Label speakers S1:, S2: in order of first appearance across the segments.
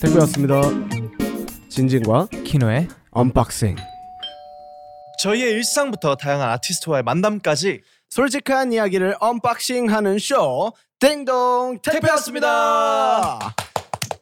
S1: 뽀뽀였습니다. 진진과
S2: 키노의
S1: 언박싱.
S3: 저희의 일상부터 다양한 아티스트와의 만남까지
S1: 솔직한 이야기를 언박싱하는 쇼 땡동 택배였습니다.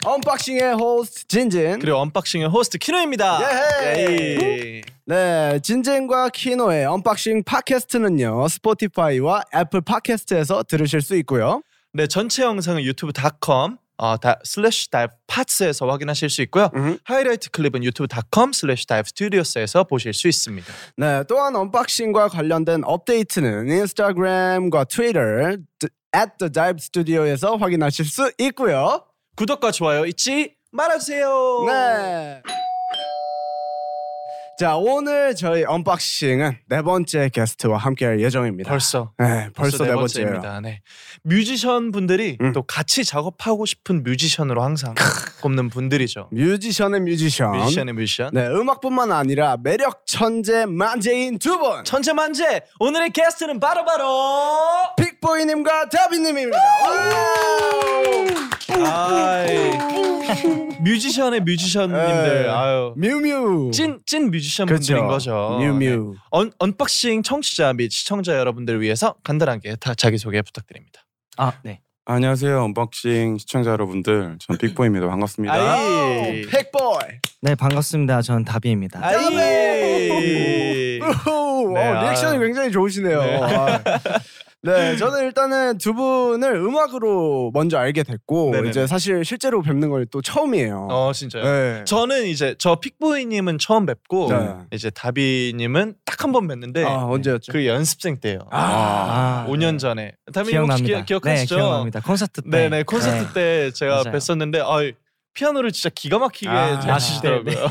S1: 언박싱의 호스트 진진.
S3: 그리고 언박싱의 호스트
S2: 아,
S3: 키노입니다.
S1: 예헤이.
S3: 예이.
S1: 네, 진진과 키노의 언박싱 팟캐스트는요. 스포티파이와 애플 팟캐스트에서 들으실 수 있고요.
S3: 네 전체 영상은 유튜브.com 어, 다, 슬래시 다이브 파츠에서 확인하실 수 있고요.
S1: 음.
S3: 하이라이트 클립은 유튜브.com 슬래시 다이브 스튜디오스에서 보실 수 있습니다.
S1: 네, 또한 언박싱과 관련된 업데이트는 인스타그램과 트위터 at the dive studio에서 확인하실 수 있고요.
S3: 구독과 좋아요 잊지 말아주세요.
S1: 네. 자, 오늘 저희 언박싱은 네 번째 게스트와 함께할 예정입니다.
S3: 벌써
S1: 네, 벌써, 네 번째예요.
S3: 번째입니다. 네. 뮤지션 분들이
S1: 음.
S3: 또 같이 작업하고 싶은 뮤지션으로 항상 꼽는 분들이죠.
S1: 뮤지션의 뮤지션.
S3: 뮤지션의 뮤지션.
S1: 네, 음악뿐만 아니라 매력 천재 만재인 두 분.
S3: 천재만재 오늘의 게스트는 바로바로
S1: 픽보이님과 다비님입니다. 와우!
S3: 아이, 뮤지션의 뮤지션님들
S1: 네.
S3: 아유
S1: 뮤뮤.
S3: 찐, 찐 뮤지션
S1: 그쵸.
S3: 분들인 거죠 네.
S1: 뮤뮤.
S3: 언, 언박싱 청취자 및 시청자 여러분들을 위해서 간단하게 다 자기소개 부탁드립니다
S2: 아네
S4: 안녕하세요 언박싱 시청자 여러분들 전 빅보입니다 반갑습니다
S3: 아이
S1: 팩보이.
S2: 네, 반갑습니다. 전 다비입니다.
S3: 아이
S1: 네. 오,
S3: 네,
S1: 어, 리액션이
S3: 아.
S1: 굉장히 좋으시네요.
S3: 네.
S1: 아. 네, 저는 일단은 두 분을 음악으로 먼저 알게 됐고
S3: 네네네.
S1: 이제 사실 실제로 뵙는 건 또 처음이에요.
S3: 어 진짜요
S1: 네.
S3: 저는 이제 저 픽보이님은 처음 뵙고
S1: 네.
S3: 이제 다비님은 딱 한 번 뵀는데
S1: 아, 언제였죠?
S3: 그 연습생 때요
S1: 아,
S2: 아,
S3: 5년 전에 다비님 혹시
S2: 기억납니다.
S3: 기, 억하시죠
S2: 네, 기억납니다. 콘서트 때.
S3: 네네 콘서트 때 제가
S2: 맞아요.
S3: 뵀었는데 아 피아노를 진짜 기가 막히게
S1: 아,
S3: 잘 치시더라고요.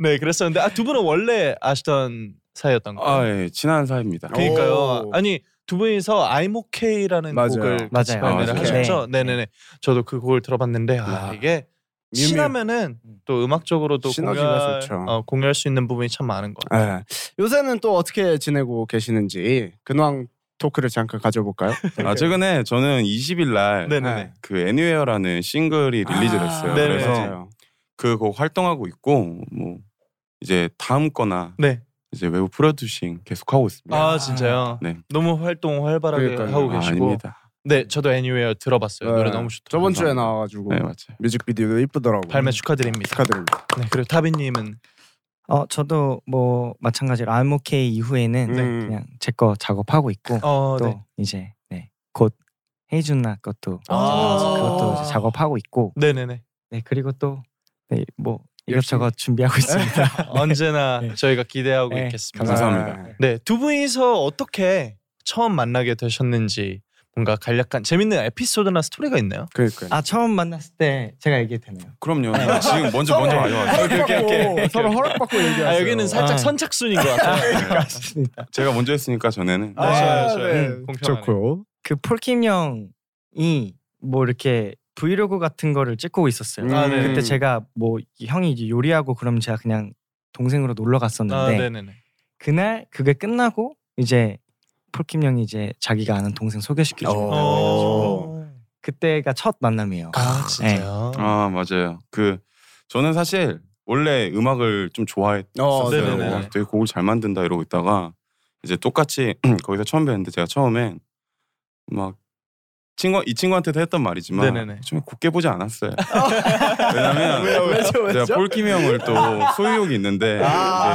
S3: 네 그랬었는데 아 두 분은 원래 아시던 사이였던 거예요.
S4: 아 예 친한 사이입니다
S1: 네.
S3: 그러니까요.
S1: 오.
S3: 아니 두 분이서 I'm OK라는
S1: 맞아요.
S3: 곡을 같이
S2: 맞아요.
S3: 발매를
S4: 아,
S3: 하셨죠.
S2: 네.
S3: 네네네. 저도 그 곡을 들어봤는데 아
S1: 야.
S3: 이게
S1: 뮤뮤.
S3: 친하면은 또 음악적으로도
S1: 시너지가
S3: 공유할,
S1: 좋죠.
S3: 어, 공유할 수 있는 부분이 참 많은 것 같아요.
S1: 네. 요새는 또 어떻게 지내고 계시는지 근황 토크를 잠깐 가져볼까요?
S4: 아 최근에 저는 20일 날그
S3: 네네네.
S4: 애니웨어라는 싱글이 릴리즈됐어요
S1: 아,
S3: 네네.
S4: 그래서
S1: 맞아요.
S4: 그 곡 활동하고 있고 뭐 이제 다음 거나
S3: 네.
S4: 이제 외부 프로듀싱 계속 하고 있습니다
S3: 아 진짜요.
S4: 네.
S3: 너무 활동 활발하게
S1: 그러니까요.
S3: 하고
S4: 아,
S3: 계시고.
S4: 아닙니다
S3: 네 저도 애니웨어 들어봤어요. 노래
S1: 네.
S3: 너무 좋더라고요.
S1: 저번 주에
S4: 감사합니다.
S1: 나와가지고
S3: 뭐.
S4: 네 맞아요
S1: 뮤직비디오도 이쁘더라고.
S3: 발매 축하드립니다.
S1: 축하드립니다.
S3: 네, 그리고 타비님은
S2: 어, 저도 뭐 마찬가지로 I'm OK 이후에는
S1: 음.
S2: 그냥 제 거 작업하고 있고
S3: 어,
S2: 또
S3: 네.
S2: 이제 네. 곧 헤이준나 것도
S3: 아.
S2: 그것도 이제 작업하고 있고
S3: 네네네.
S2: 네, 그리고 또뭐 이것저것 준비하고 있습니다.
S3: 언제나
S2: 네.
S3: 저희가 기대하고
S2: 네,
S3: 있겠습니다.
S4: 감사합니다.
S3: 네, 두 분이서 어떻게 처음 만나게 되셨는지 뭔가 간략한 재밌는 에피소드나 스토리가 있나요?
S1: 그러니까.
S2: 아, 처음 만났을 때 제가 얘기해도 되나요?
S4: 그럼요
S3: 아,
S4: 아, 지금 먼저 먼저 와요
S1: 허락받고 서로 허락받고 얘기하세요.
S3: 아 여기는 살짝
S2: 아.
S3: 선착순인 것 같아요. 네.
S2: 맞습니다.
S4: 네. 제가 먼저 했으니까 전에는
S3: 아, 좋아요, 좋아요.
S1: 네.
S3: 공평하네.
S1: 좋고요.
S2: 그 폴킴 형이 뭐 이렇게 브이로그 같은 거를 찍고 있었어요.
S3: 아, 네.
S2: 그때 제가 뭐 형이 이제 요리하고 그럼 제가 그냥 동생으로 놀러
S3: 아,
S2: 갔었는데
S3: 네네네.
S2: 그날 그게 끝나고 이제 폴킴 형이 이제 자기가 아는 동생 소개시켜
S1: 어.
S2: 준다 해가지고
S3: 오.
S2: 그때가 첫 만남이에요.
S3: 아 진짜요?
S4: 아 맞아요. 그 저는 사실 원래 음악을 좀
S1: 어,
S4: 좋아했었어요.
S3: 네네네.
S4: 와, 되게 곡을 잘 만든다 이러고 있다가 이제 똑같이 거기서 처음 뵀는데 제가 처음엔 막 친구 이 친구한테도 했던 말이지만
S3: 네네네.
S4: 좀 곱게 보지 않았어요. 왜냐면
S1: 왜죠
S4: 제가 폴킴이 형을 또 소유욕이 있는데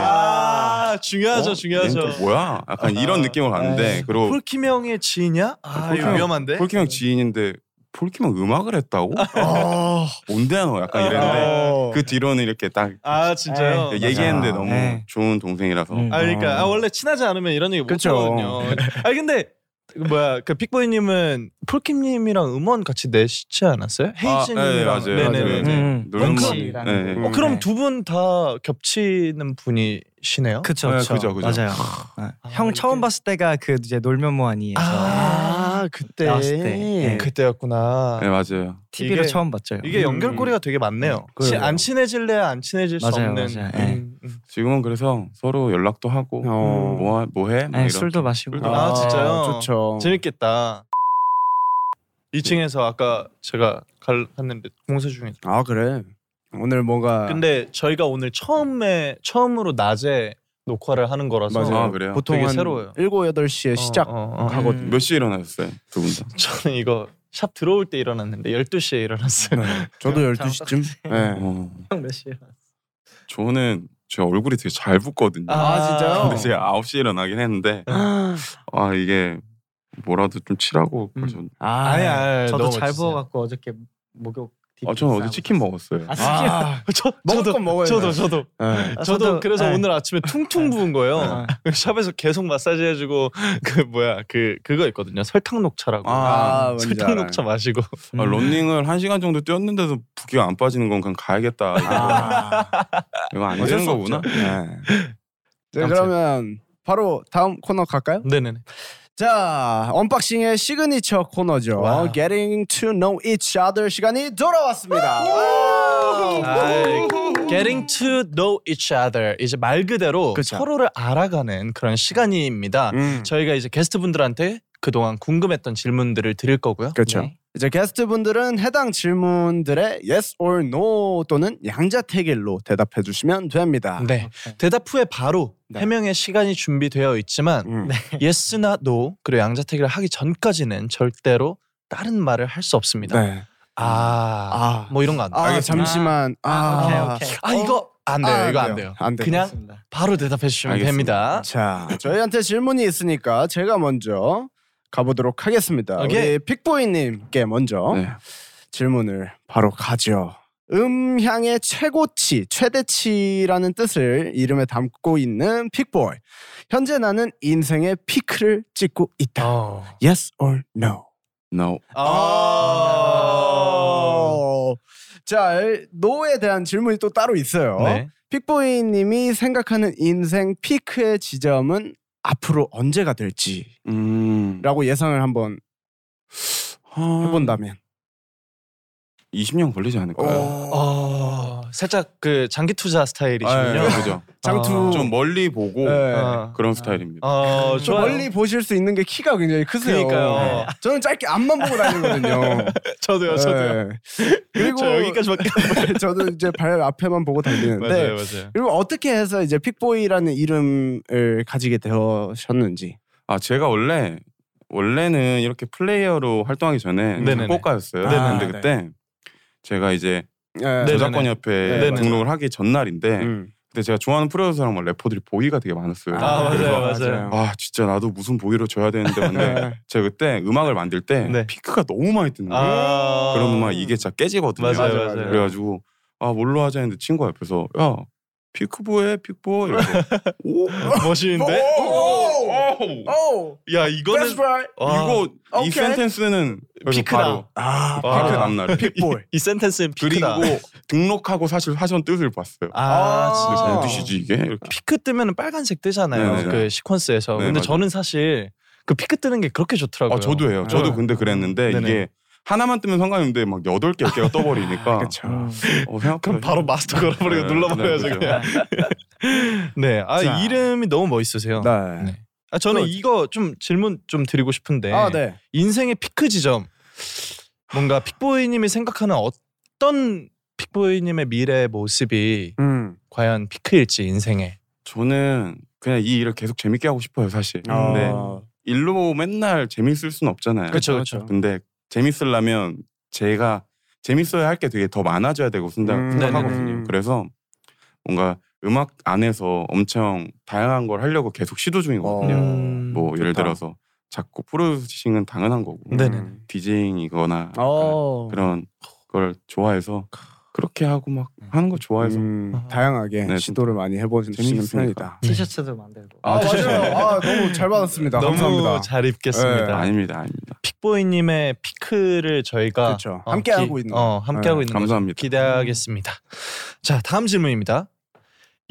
S3: 아,
S4: 이제
S3: 중요하죠,
S4: 어? 얘는 또
S3: 중요하죠.
S4: 뭐야? 약간 이런
S3: 아.
S4: 느낌으로 왔는데 그리고
S3: 폴킴 형의 지인이야? 아 이거
S4: 폴킴-
S3: 위험한데.
S4: 폴킴 형 지인인데 폴킴 형 음악을 했다고?
S1: 아,
S4: 뭔데 너?
S1: 네,
S4: 약간 이랬는데 그 뒤로는 이렇게 딱
S3: 아 진짜요?
S2: 에이,
S4: 얘기했는데
S2: 맞아.
S4: 너무
S2: 네.
S4: 좋은 동생이라서
S2: 음.
S3: 아 그러니까 아, 원래 친하지 않으면 이런 얘기 못
S1: 그쵸.
S3: 하거든요. 아 근데 그 뭐야 그 픽보이님은 폴킴님이랑 음원 같이 내시지 않았어요?
S4: 네,
S3: 헤이즈님이랑
S4: 맞아요.
S3: 네네네.
S2: 맞아요. 음.
S4: 노는 거
S2: 펑크라는
S4: 네.
S1: 거.
S4: 네.
S3: 어, 그럼 두 분 다 겹치는 분이시네요.
S2: 그쵸,
S4: 네,
S2: 그쵸,
S4: 그죠, 그죠.
S2: 맞아요. 아, 형
S3: 이렇게.
S2: 처음 봤을 때가 그 이제 놀면 뭐하니에서
S3: 아,
S1: 그때.
S2: 나왔을 때. 네.
S3: 그때였구나.
S4: 네, 맞아요.
S2: TV로
S3: 이게-
S2: 처음 봤죠.
S3: 이게 연결고리가 되게 많네요.
S1: 음,
S3: 치-
S1: 그래요.
S3: 안 친해질래야 안 친해질 수
S2: 맞아요,
S3: 없는.
S2: 맞아요.
S3: 음, 음.
S4: 지금은 그래서 서로 연락도 하고
S1: 어.
S4: 뭐뭐 해? 뭐
S2: 네,
S1: 아,
S4: 이런.
S2: 술도 마시고
S4: 술도
S3: 아, 진짜요?
S1: 좋죠.
S3: 재밌겠다. 2층에서 아까 제가 갈, 갔는데 공사 중에
S1: 아 그래. 오늘 뭔가
S3: 근데 저희가 오늘 처음에 처음으로 낮에 녹화를 하는 거라서
S1: 맞아요.
S4: 아, 그래요?
S1: 보통
S3: 되게
S1: 한
S3: 새로워요.
S1: 7, 8시에
S3: 어,
S1: 시작.
S3: 어, 어.
S1: 하고
S2: 음.
S4: 몇 시에 일어나셨어요 두 분 다?
S3: 저는 이거 샵 들어올 때 일어났는데 12시에 일어났어요.
S1: 네, 저도 12시쯤. 네.
S4: 어,
S2: 몇 시에
S4: 저는 제 얼굴이 되게 잘 붓거든요.
S1: 아, 진짜요?
S4: 근데 제가 9시에 일어나긴 했는데 아 이게 뭐라도 좀 치라고 그래서
S1: 아,
S3: 아니야. 아니,
S2: 음. 저도
S3: 너무
S2: 잘
S3: 멋지세요.
S2: 부어갖고 어저께 목욕.
S4: 아 저는 어제 치킨 먹었어요.
S2: 아,
S1: 아,
S3: 저,
S1: 먹을
S3: 저도
S1: 건 먹어야
S3: 저도
S1: 돼요.
S3: 저도
S1: 네.
S2: 아,
S3: 저도
S2: 저도,
S3: 그래서
S2: 네. 아.
S3: 오늘 아침에 퉁퉁 부은 거예요. 그 샵에서 계속 마사지 해주고 그 뭐야 그 그거 있거든요. 설탕 녹차라고.
S1: 아, 뭔지
S3: 설탕
S1: 알아요.
S3: 녹차 마시고.
S1: 음.
S4: 아, 런닝을 한 시간 정도 뛰었는데도 부기가 안 빠지는 건 그냥 가야겠다. 이거,
S1: 아.
S4: 이거 안
S1: 어쩔
S4: 되는
S1: 수
S4: 거구나.
S1: 없죠. 네. 자, 그러면 바로 다음 코너 갈까요?
S3: 네네네.
S1: 자, 언박싱의 시그니처 코너죠.
S3: 와우.
S1: Getting to know each other 시간이 돌아왔습니다. 와우.
S3: 아이, Getting to know each other 이제 말 그대로
S1: 그쵸.
S3: 서로를 알아가는 그런 시간입니다.
S1: 음.
S3: 저희가 이제 게스트분들한테 그동안 궁금했던 질문들을 드릴 거고요.
S1: 그렇죠.
S2: 네.
S1: 이제 게스트분들은 해당 질문들의 yes or no 또는 양자택일로 대답해 주시면 됩니다.
S3: 네. 대답 후에 바로
S1: 아, 네.
S3: 해명의 시간이 준비되어 있지만
S1: 음.
S3: yes나 no 그리고 양자택일을 하기 전까지는 절대로 다른 말을 할 수 없습니다.
S1: 네. 아,
S3: 아, 뭐 이런 거 안 돼.
S1: 아,
S3: 아,
S1: 잠시만. 아,
S2: 아, 오케이 오케이.
S3: 아 이거 안 돼요.
S1: 아,
S3: 이거 안 돼요.
S1: 안 돼요.
S3: 그냥
S2: 알겠습니다.
S3: 바로 대답해 주시면
S4: 알겠습니다.
S3: 됩니다.
S1: 자, 저희한테 질문이 있으니까 제가 먼저 가보도록 하겠습니다.
S3: 오케이.
S1: 우리 픽보이님께 먼저
S4: 네.
S1: 질문을 바로 가죠. 음향의 최고치, 최대치라는 뜻을 이름에 담고 있는 픽보이. 현재 나는 인생의 피크를 찍고 있다.
S3: 어.
S1: Yes or no?
S4: No.
S3: 아.
S1: 어. 자, 노에 대한 질문이 또 따로 있어요.
S3: 네.
S1: 픽보이님이 생각하는 인생 피크의 지점은 앞으로 언제가 될지라고
S4: 음.
S1: 예상을 한번 해본다면.
S4: 20년 걸리지 않을까요?
S1: 어.
S3: 어, 살짝 그 장기 투자 스타일이시군요.
S4: 아,
S1: 네.
S4: 예, 그죠.
S1: 장투
S4: 좀 멀리 보고
S1: 네.
S3: 어.
S4: 그런 스타일입니다.
S3: 어,
S1: 저
S3: 좋아요.
S1: 멀리 보실 수 있는 게 키가 굉장히 크세요.
S3: 그러니까요. 네,
S1: 네. 저는 짧게 앞만 보고 다니거든요.
S3: 저도요, 저도요.
S1: 네. 그리고
S3: 저 그렇죠. 여기까지밖에 안
S1: 저도 이제 발 앞에만 보고 다니는데 네.
S3: 맞아요, 맞아요.
S1: 그리고 어떻게 해서 이제 픽보이라는 이름을 가지게 되셨는지.
S4: 아 제가 원래 원래는 이렇게 플레이어로 활동하기 전에
S3: 네네네.
S4: 작곡가였어요.
S1: 아,
S4: 근데
S1: 네.
S4: 그때 제가 이제
S1: 예.
S3: 네네네.
S4: 저작권
S1: 네,
S4: 협회에
S1: 네네.
S4: 등록을 하기 전날인데
S1: 음.
S4: 그때 제가 좋아하는 프로듀서랑 막 래퍼들이 보이가 되게 많았어요.
S3: 아, 맞아요,
S4: 그래서
S3: 맞아요. 아,
S4: 아 진짜 나도 무슨 보이로 줘야 되는데
S1: 네.
S4: 근데 제가 그때 음악을 만들 때
S3: 네.
S4: 피크가 너무 많이 뜨는 거예요.
S3: 아,
S4: 그러면 막 이게 진짜 깨지거든요.
S3: 맞아요, 맞아요.
S1: 맞아요.
S4: 그래가지고 아 뭘로 하자 했는데 친구가 옆에서 야 피크보해 피크보 이러고 오
S3: 멋있는데?
S1: 오!
S3: 어,
S4: 오!
S1: 오,
S3: 야, 이거는
S1: that's right.
S3: 와,
S4: 이거 이
S1: 오케이.
S4: 센텐스는
S3: 아, 피크다.
S4: 바로
S1: 아,
S3: 아.
S4: 바로 다음날
S1: 픽보이.
S3: 이 센텐스는 피크다.
S4: 그리고 등록하고 사실 하신 뜻을 봤어요.
S3: 아,
S1: 아.
S3: 진짜.
S4: 무슨 뜻이지 이게? 이렇게.
S3: 피크 뜨면은 빨간색 뜨잖아요.
S4: 네, 네.
S3: 그 시퀀스에서.
S4: 네,
S3: 근데
S4: 맞아요.
S3: 저는 사실 그 피크 뜨는 게 그렇게 좋더라고요.
S4: 아 저도 해요. 저도
S3: 네.
S4: 근데 그랬는데
S3: 네네.
S4: 이게 하나만 뜨면 상관없는데 막 여덟 개, 열 개가 떠버리니까.
S1: 그렇죠.
S4: 어, 생각보다
S3: 그럼 바로 마스터 걸어버리고
S4: 네,
S3: 눌러버려야죠
S4: 그죠.
S3: 그냥. 네, 아
S1: 자.
S3: 이름이 너무 멋있으세요.
S1: 네.
S3: 네. 아, 저는
S1: 또-
S3: 이거 좀 질문 좀 드리고 싶은데
S1: 아, 네.
S3: 인생의 피크 지점 뭔가 픽보이님이 생각하는 어떤 픽보이님의 미래 모습이
S1: 음.
S3: 과연 피크일지 인생에
S4: 저는 그냥 이 일을 계속 재밌게 하고 싶어요 사실.
S1: 아.
S4: 근데 일로 맨날 재밌을 순 없잖아요.
S1: 그렇죠,
S3: 그쵸, 그쵸.
S4: 근데 재밌으려면 제가 재밌어야 할 게 되게 더 많아져야 되고 생각,
S1: 음,
S4: 생각하거든요.
S1: 네네네.
S4: 그래서 뭔가 음악 안에서 엄청 다양한 걸 하려고 계속 시도 중이거든요.
S1: 어.
S4: 뭐 예를
S1: 좋다.
S4: 들어서 작곡 프로듀싱은 당연한 거고
S3: 네. 네네.
S1: 음.
S4: 디제잉이거나 약간
S1: 어.
S4: 그런 걸 좋아해서 그렇게 하고 막 하는 거 좋아해서
S1: 음,
S3: 아.
S1: 다양하게
S4: 네,
S1: 시도를 많이 해보시는
S4: 재밌으니까.
S1: 편이다.
S2: 네. 티셔츠도 만들고.
S1: 아,
S4: 아,
S1: 맞아요. 아, 너무 잘 받았습니다.
S3: 그렇죠. 너무
S1: 감사합니다. 네,
S3: 잘 입겠습니다.
S4: 아닙니다, 아닙니다.
S3: 픽보이님의 피크를 저희가
S1: 그렇죠. 함께하고 있는
S3: 어, 함께하고
S1: 네,
S3: 있는 거죠.
S4: 감사합니다.
S3: 기대하겠습니다. 자 다음 질문입니다.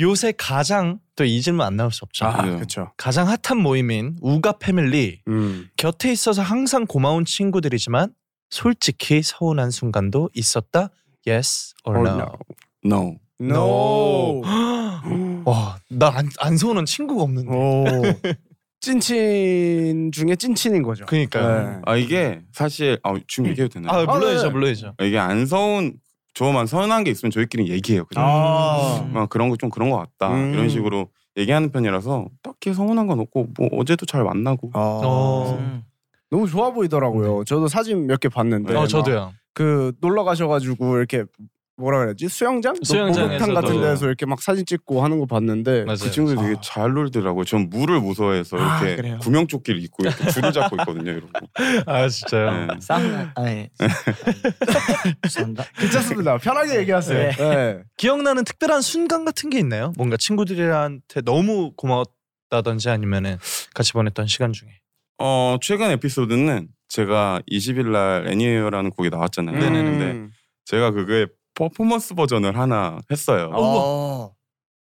S3: 요새 가장 또 이 질문 안 나올 수 없죠.
S1: 아,
S4: 네.
S1: 그렇죠.
S3: 가장 핫한 모임인 우가 패밀리
S1: 음.
S3: 곁에 있어서 항상 고마운 친구들이지만 솔직히 서운한 순간도 있었다. Yes or,
S1: Or
S3: no.
S4: Oh, No.
S1: 음. No.
S3: 와난안 안 서운한 친구가 없는데.
S1: 오. 찐친 중에 찐친인 거죠.
S3: 그러니까요.
S1: 네.
S4: 아 이게 사실 아 지금 얘기해도 되나요?
S3: 아
S1: 음. 아,
S3: 물론이죠,
S1: 네.
S3: 물론이죠.
S4: 이게 안 서운 저만 서운한 게 있으면 저희끼리 얘기해요. 그냥
S1: 아.
S2: 음.
S4: 막 그런 거 좀 그런 거 같다
S1: 음.
S4: 이런 식으로 얘기하는 편이라서 딱히 서운한 건 없고 뭐 어제도 잘 만나고
S1: 아,
S3: 어.
S2: 음.
S1: 너무 좋아 보이더라고요.
S3: 네.
S1: 저도 사진 몇 개
S4: 네,
S1: 봤는데.
S3: 어
S1: 막
S3: 저도요.
S1: 그 놀러 가셔가지고 이렇게 뭐라 그래야지 수영장, 목욕탕
S3: 수영장에서도. 네.
S1: 같은 데서 이렇게 막 사진 찍고 하는 거 봤는데
S3: 맞아요.
S4: 그 친구들 되게
S1: 아.
S4: 잘 놀더라고요. 전 물을 무서워해서
S1: 아,
S4: 이렇게
S1: 그래요?
S4: 구명조끼를 입고 이렇게 줄을 잡고 있거든요. 이러고.
S3: 아 진짜요.
S4: 네.
S2: 사우나 아니 예. 죄송합니다.
S1: 괜찮습니다. 편하게 얘기하세요.
S2: 네.
S1: 네.
S3: 기억나는 특별한 순간 같은 게 있나요? 뭔가 친구들한테 너무 고마웠다든지 아니면은 같이 보냈던 시간 중에.
S4: 어 최근 에피소드는 제가 20일 날 애니웨어라는 곡이 나왔잖아요.
S3: 네,
S1: 음.
S4: 근데 제가 그거의 퍼포먼스 버전을 하나 했어요.
S2: 어.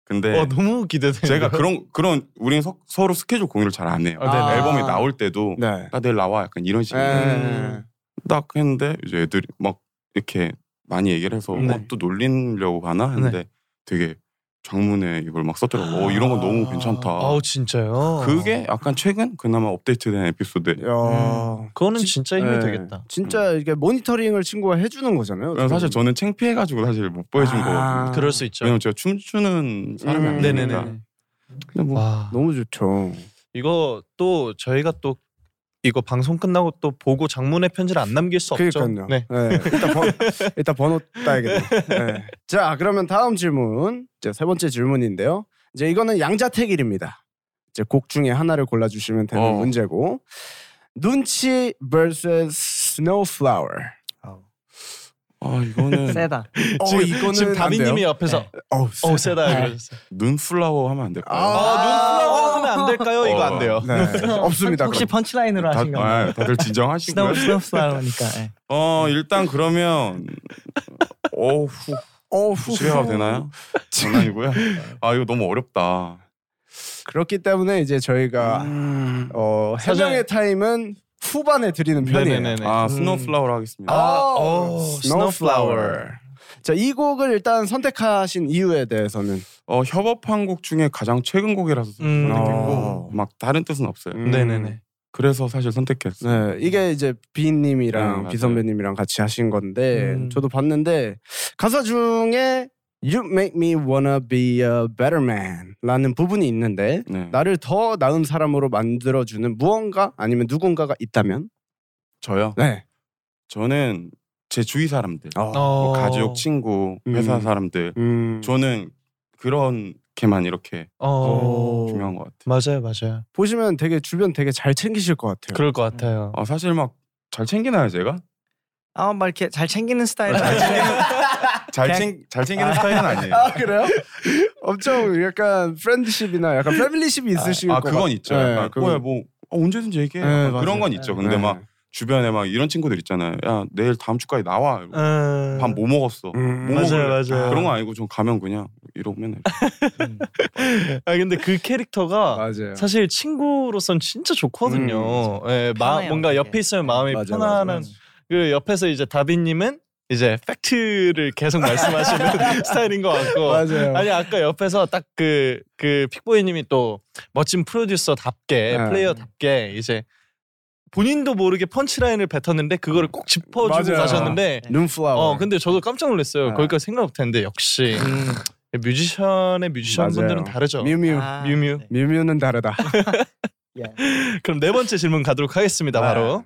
S4: 근데
S3: 어 너무 기대돼요.
S4: 네. 제가 그런 그런 우리는 서, 서로 스케줄 공유를 잘 안 해요.
S3: 아, 네네.
S1: 아.
S4: 앨범이 나올 때도
S1: 네.
S4: 나 아, 내일 나와 약간 이런 식으로
S1: 네.
S4: 딱 했는데 이제 애들이 막 이렇게 많이 얘기를 해서
S1: 네.
S4: 어, 또 놀리려고
S3: 네.
S4: 하나 했는데 되게 장문에 이걸 막 썼더라고. 어, 이런 건 너무 괜찮다.
S3: 아우 진짜요. 네.
S4: 그게 약간 최근 그나마 업데이트된 에피소드예요.
S1: 야.
S3: 그거는 진짜 힘이
S1: 네.
S3: 되겠다. 음.
S1: 진짜 이게 모니터링을 친구가 해주는 거잖아요.
S4: 그래서 사실 저는 창피해가지고 사실 못 보여준
S1: 아.
S4: 거거든요.
S3: 그럴 수 있죠.
S4: 왜냐면 제가 춤추는 사람이
S1: 음.
S4: 아니니까
S3: 네네네. 아.
S4: 그냥 뭐
S3: 와
S1: 너무 좋죠.
S3: 이거 또 저희가 또 이거 방송 끝나고 또 보고 장문의 편지를 안 남길 수 없죠.
S1: 그러니까요.
S3: 네.
S1: 네. 일단, 번, 일단 번호 따야겠네. 네. 자, 그러면 다음 질문. 이제 세 번째 질문인데요. 이제 이거는 양자택일입니다. 이제 곡 중에 하나를 골라주시면 되는
S4: 어.
S1: 문제고. 눈치 vs snowflower.
S4: 아 이거는
S2: 세다.
S1: 어,
S3: 지금,
S1: 이거는
S3: 지금
S1: 안 돼요?
S3: 다빈님이 옆에서
S2: 네.
S1: 어우,
S3: 어
S1: 세-
S3: 세다
S1: 네.
S3: 그러셨어요.
S4: 눈플라워 하면 안 될까요?
S3: 아, 눈 플라워 하면 안
S1: 어.
S3: 될까요? 이거 안 돼요.
S1: 네. 없습니다.
S2: 혹시 펀치라인으로 하신
S4: 다,
S2: 건가요?
S4: 아, 다들
S2: 스노우
S4: 진정하시고요.
S2: 스노우 스노우니까. 예.
S4: 어 일단 그러면 어후
S1: 어,
S4: 집에 가도 되나요? 장난이고요. 아 이거 너무 어렵다.
S1: 그렇기 때문에 이제 저희가
S4: 음.
S1: 어,
S3: 사전-
S1: 해명의 타임은 후반에 드리는 편이에요.
S3: 네네네.
S4: 아
S3: 음.
S4: 스노우플라워로 하겠습니다.
S3: 아,
S1: 어,
S3: 오,
S1: Snowflower. 자, 이 곡을 일단 선택하신 이유에 대해서는
S4: 어 협업한 곡 중에 가장 최근 곡이라서
S3: 음.
S4: 선택했고 막 다른 뜻은 없어요.
S1: 네. 음.
S3: 네네네.
S4: 그래서 사실 선택했어요.
S1: 네, 이게 이제
S4: 네,
S1: 비님이랑
S4: 맞아요.
S1: 비 선배님이랑 같이 하신 건데
S2: 음.
S1: 저도 봤는데 가사 중에 You make me wanna be a better man라는 부분이 있는데
S4: 네.
S1: 나를 더 나은 사람으로 만들어주는 무언가 아니면 누군가가 있다면
S4: 저요.
S1: 네,
S4: 저는 제 주위 사람들,
S3: 어.
S4: 뭐 가족, 친구,
S1: 아.
S4: 회사
S1: 음.
S4: 사람들.
S1: 음,
S4: 저는 그렇게만 이렇게
S3: 어.
S4: 중요한 것
S3: 맞아요,
S4: 같아요.
S3: 맞아요.
S1: 보시면 되게 주변 되게 잘 챙기실 것 같아요.
S3: 그럴 것 같아요.
S4: 아, 사실 막 잘 챙기나요 제가?
S2: 아, 막 이렇게 잘 챙기는 스타일.
S4: 잘
S2: 그냥-
S4: 챙 잘 챙기는 스타일은 아니에요.
S1: 아 그래요? 엄청 약간 프렌드십이나 약간 패밀리십이 있으실
S4: 아
S1: 것
S4: 그건
S1: 같-
S4: 있죠.
S1: 네,
S4: 약간
S1: 그건-
S4: 뭐야 뭐 어, 언제든지 얘기해.
S1: 네,
S4: 약간
S1: 맞아요.
S4: 그런 건 있죠. 근데
S1: 네.
S4: 막 주변에 막 이런 친구들 있잖아요. 야 내일 다음 주까지 나와.
S1: 아,
S3: 음.
S4: 밥 뭐 먹었어.
S1: 음,
S4: 뭐
S3: 맞아요,
S4: 먹을래?
S3: 맞아요.
S4: 그런 거 아니고 좀 가면 그냥 이러고 맨날.
S2: 음.
S3: 아 근데 그 캐릭터가
S1: 맞아요.
S3: 사실 친구로선 진짜 좋거든요. 예, 마-
S2: 편해요,
S3: 뭔가
S2: 되게.
S3: 옆에 있으면 마음이
S1: 음. 맞아요,
S3: 편안한.
S1: 맞아요.
S3: 그 옆에서 이제 다빈님은 이제 팩트를 계속 말씀하시는 스타일인 것 같고.
S1: 맞아요.
S3: 아니 아까 옆에서 딱 그 그 픽보이님이 또 멋진 프로듀서답게
S1: 네.
S3: 플레이어답게 이제 본인도 모르게 펀치라인을 뱉었는데 그거를 꼭 짚어주고
S1: 맞아요. 아.
S3: 가셨는데
S1: 눈플라워.
S3: 어 근데 저도 깜짝 놀랐어요
S1: 네.
S3: 거기까지 생각 못했는데 역시 뮤지션의 뮤지션 분들은
S1: 맞아요.
S3: 다르죠
S1: 뮤뮤.
S2: 아,
S3: 뮤뮤.
S2: 네.
S1: 뮤뮤는 다르다.
S3: 그럼 네 번째 질문 가도록 하겠습니다
S1: 네.
S3: 바로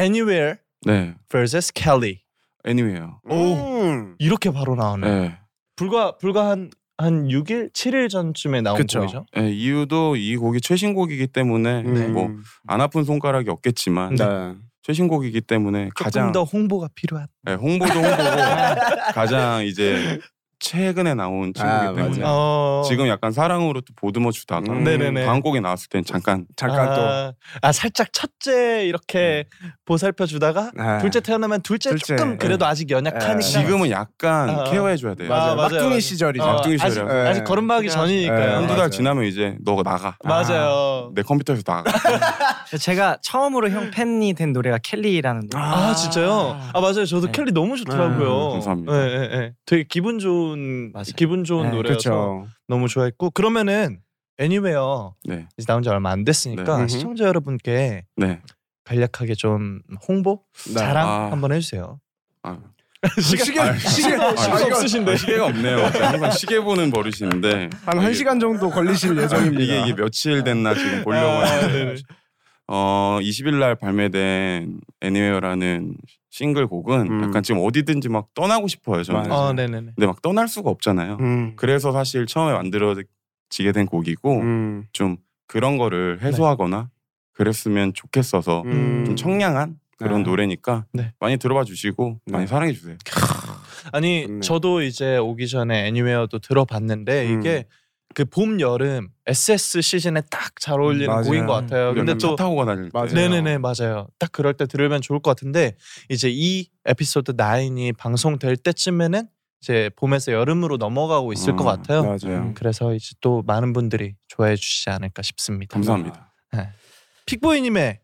S3: Anywhere
S4: 네.
S3: vs Kelly
S4: 애니웨요.
S3: 오.
S1: 음.
S3: 이렇게 바로 나오네 요
S4: 네.
S3: 불과 불과 한한 6일 7일 전쯤에 나온
S1: 그쵸.
S3: 곡이죠
S4: 네, 이유도 이 곡이 최신 곡이기 때문에
S1: 음.
S4: 뭐 안 아픈 손가락이 없겠지만
S1: 네.
S4: 최신 곡이기 때문에
S3: 조금
S4: 가장
S3: 더 홍보가 필요한
S4: 네, 홍보도 홍보고 가장 이제 최근에 나온 친구이기
S1: 아,
S4: 때문에
S1: 맞아요.
S3: 어.
S4: 지금 약간 사랑으로 또 보듬어 주다가
S1: 음.
S3: 네네네.
S4: 다음 곡이 나왔을 땐 잠깐
S1: 잠깐 또
S3: 아, 아 살짝 첫째 이렇게 보살펴 주다가
S1: 네.
S3: 둘째 태어나면 둘째,
S1: 둘째,
S3: 조금 그래도 아직 연약하니까
S1: 네.
S4: 지금은 약간
S3: 아, 아.
S4: 케어해 줘야 돼요.
S1: 맞아요.
S3: 아, 맞아요,
S1: 막둥이
S3: 맞아요.
S1: 시절이죠.
S4: 어.
S1: 막둥이-
S3: 아직,
S4: 시절이라서.
S3: 아직
S1: 네.
S3: 걸음마기
S1: 네.
S3: 전이니까요.
S4: 한두
S1: 맞아요.
S4: 달 지나면 이제 너가 나가.
S3: 맞아요.
S4: 내 컴퓨터에서 나가.
S2: 네. 제가 처음으로 형 팬이 된 노래가 켈리라는 노래.
S3: 아, 진짜요? 아 맞아요. 저도
S2: 네.
S3: 켈리 너무 좋더라고요.
S4: 음, 감사합니다.
S3: 예, 예, 예. 되게 기분 좋은
S2: 맞아요.
S3: 기분
S2: 네,
S3: 좋은 노래여서
S1: 그렇죠.
S3: 너무 좋아했고 그러면은 애니웨어
S4: 네,
S3: 이제 나온 지 얼마 안 됐으니까
S1: 네.
S3: 시청자 여러분께
S4: 네.
S3: 간략하게 좀 홍보
S1: 네.
S3: 자랑
S4: 아.
S3: 한번 해주세요.
S4: 아,
S1: 그 시계 시계 시계
S3: 아,
S4: 시계가
S1: 아, 이거
S4: 없으신데 시계가 없네요. 제가 항상 시계 보는 버릇인데
S1: 한
S4: 이게-
S1: 1시간 정도 걸리실 예정입니다. 아,
S4: 이게 이게 며칠 됐나 지금 보려고 하는데 어 20일 날 발매된 애니웨어라는 싱글 곡은
S1: 음.
S4: 약간 지금 어디든지 막 떠나고 싶어요 저는.
S1: 맞아요.
S3: 어, 네네네.
S4: 근데 막 떠날 수가 없잖아요.
S1: 음.
S4: 그래서 사실 처음에 만들어지게 된 곡이고
S1: 음.
S4: 좀 그런
S3: 네.
S4: 거를 해소하거나 그랬으면 좋겠어서
S1: 음.
S4: 좀 청량한 그런
S1: 아.
S4: 노래니까
S3: 네.
S4: 많이 들어봐 주시고
S1: 네.
S4: 많이 사랑해 주세요.
S3: 아니
S1: 좋네요.
S3: 저도 이제 오기 전에 애니웨어도 들어봤는데
S1: 음.
S3: 이게 그 봄 여름 SS 시즌에 딱 잘 어울리는
S1: 맞아요.
S3: 곡인 것 같아요. 근데
S4: 약간 차
S3: 또
S4: 타고 다닐 때
S1: 맞아요. 음.
S3: 네네네 맞아요. 딱 그럴 때 들으면 좋을 것 같은데 이제 이 에피소드 9이 방송될 때쯤에는 이제 봄에서 여름으로 넘어가고 있을
S4: 음,
S3: 것 같아요.
S1: 맞아요.
S3: 그래서 이제 또 많은 분들이 좋아해 주시지 않을까 싶습니다.
S4: 감사합니다.
S3: 픽보이님의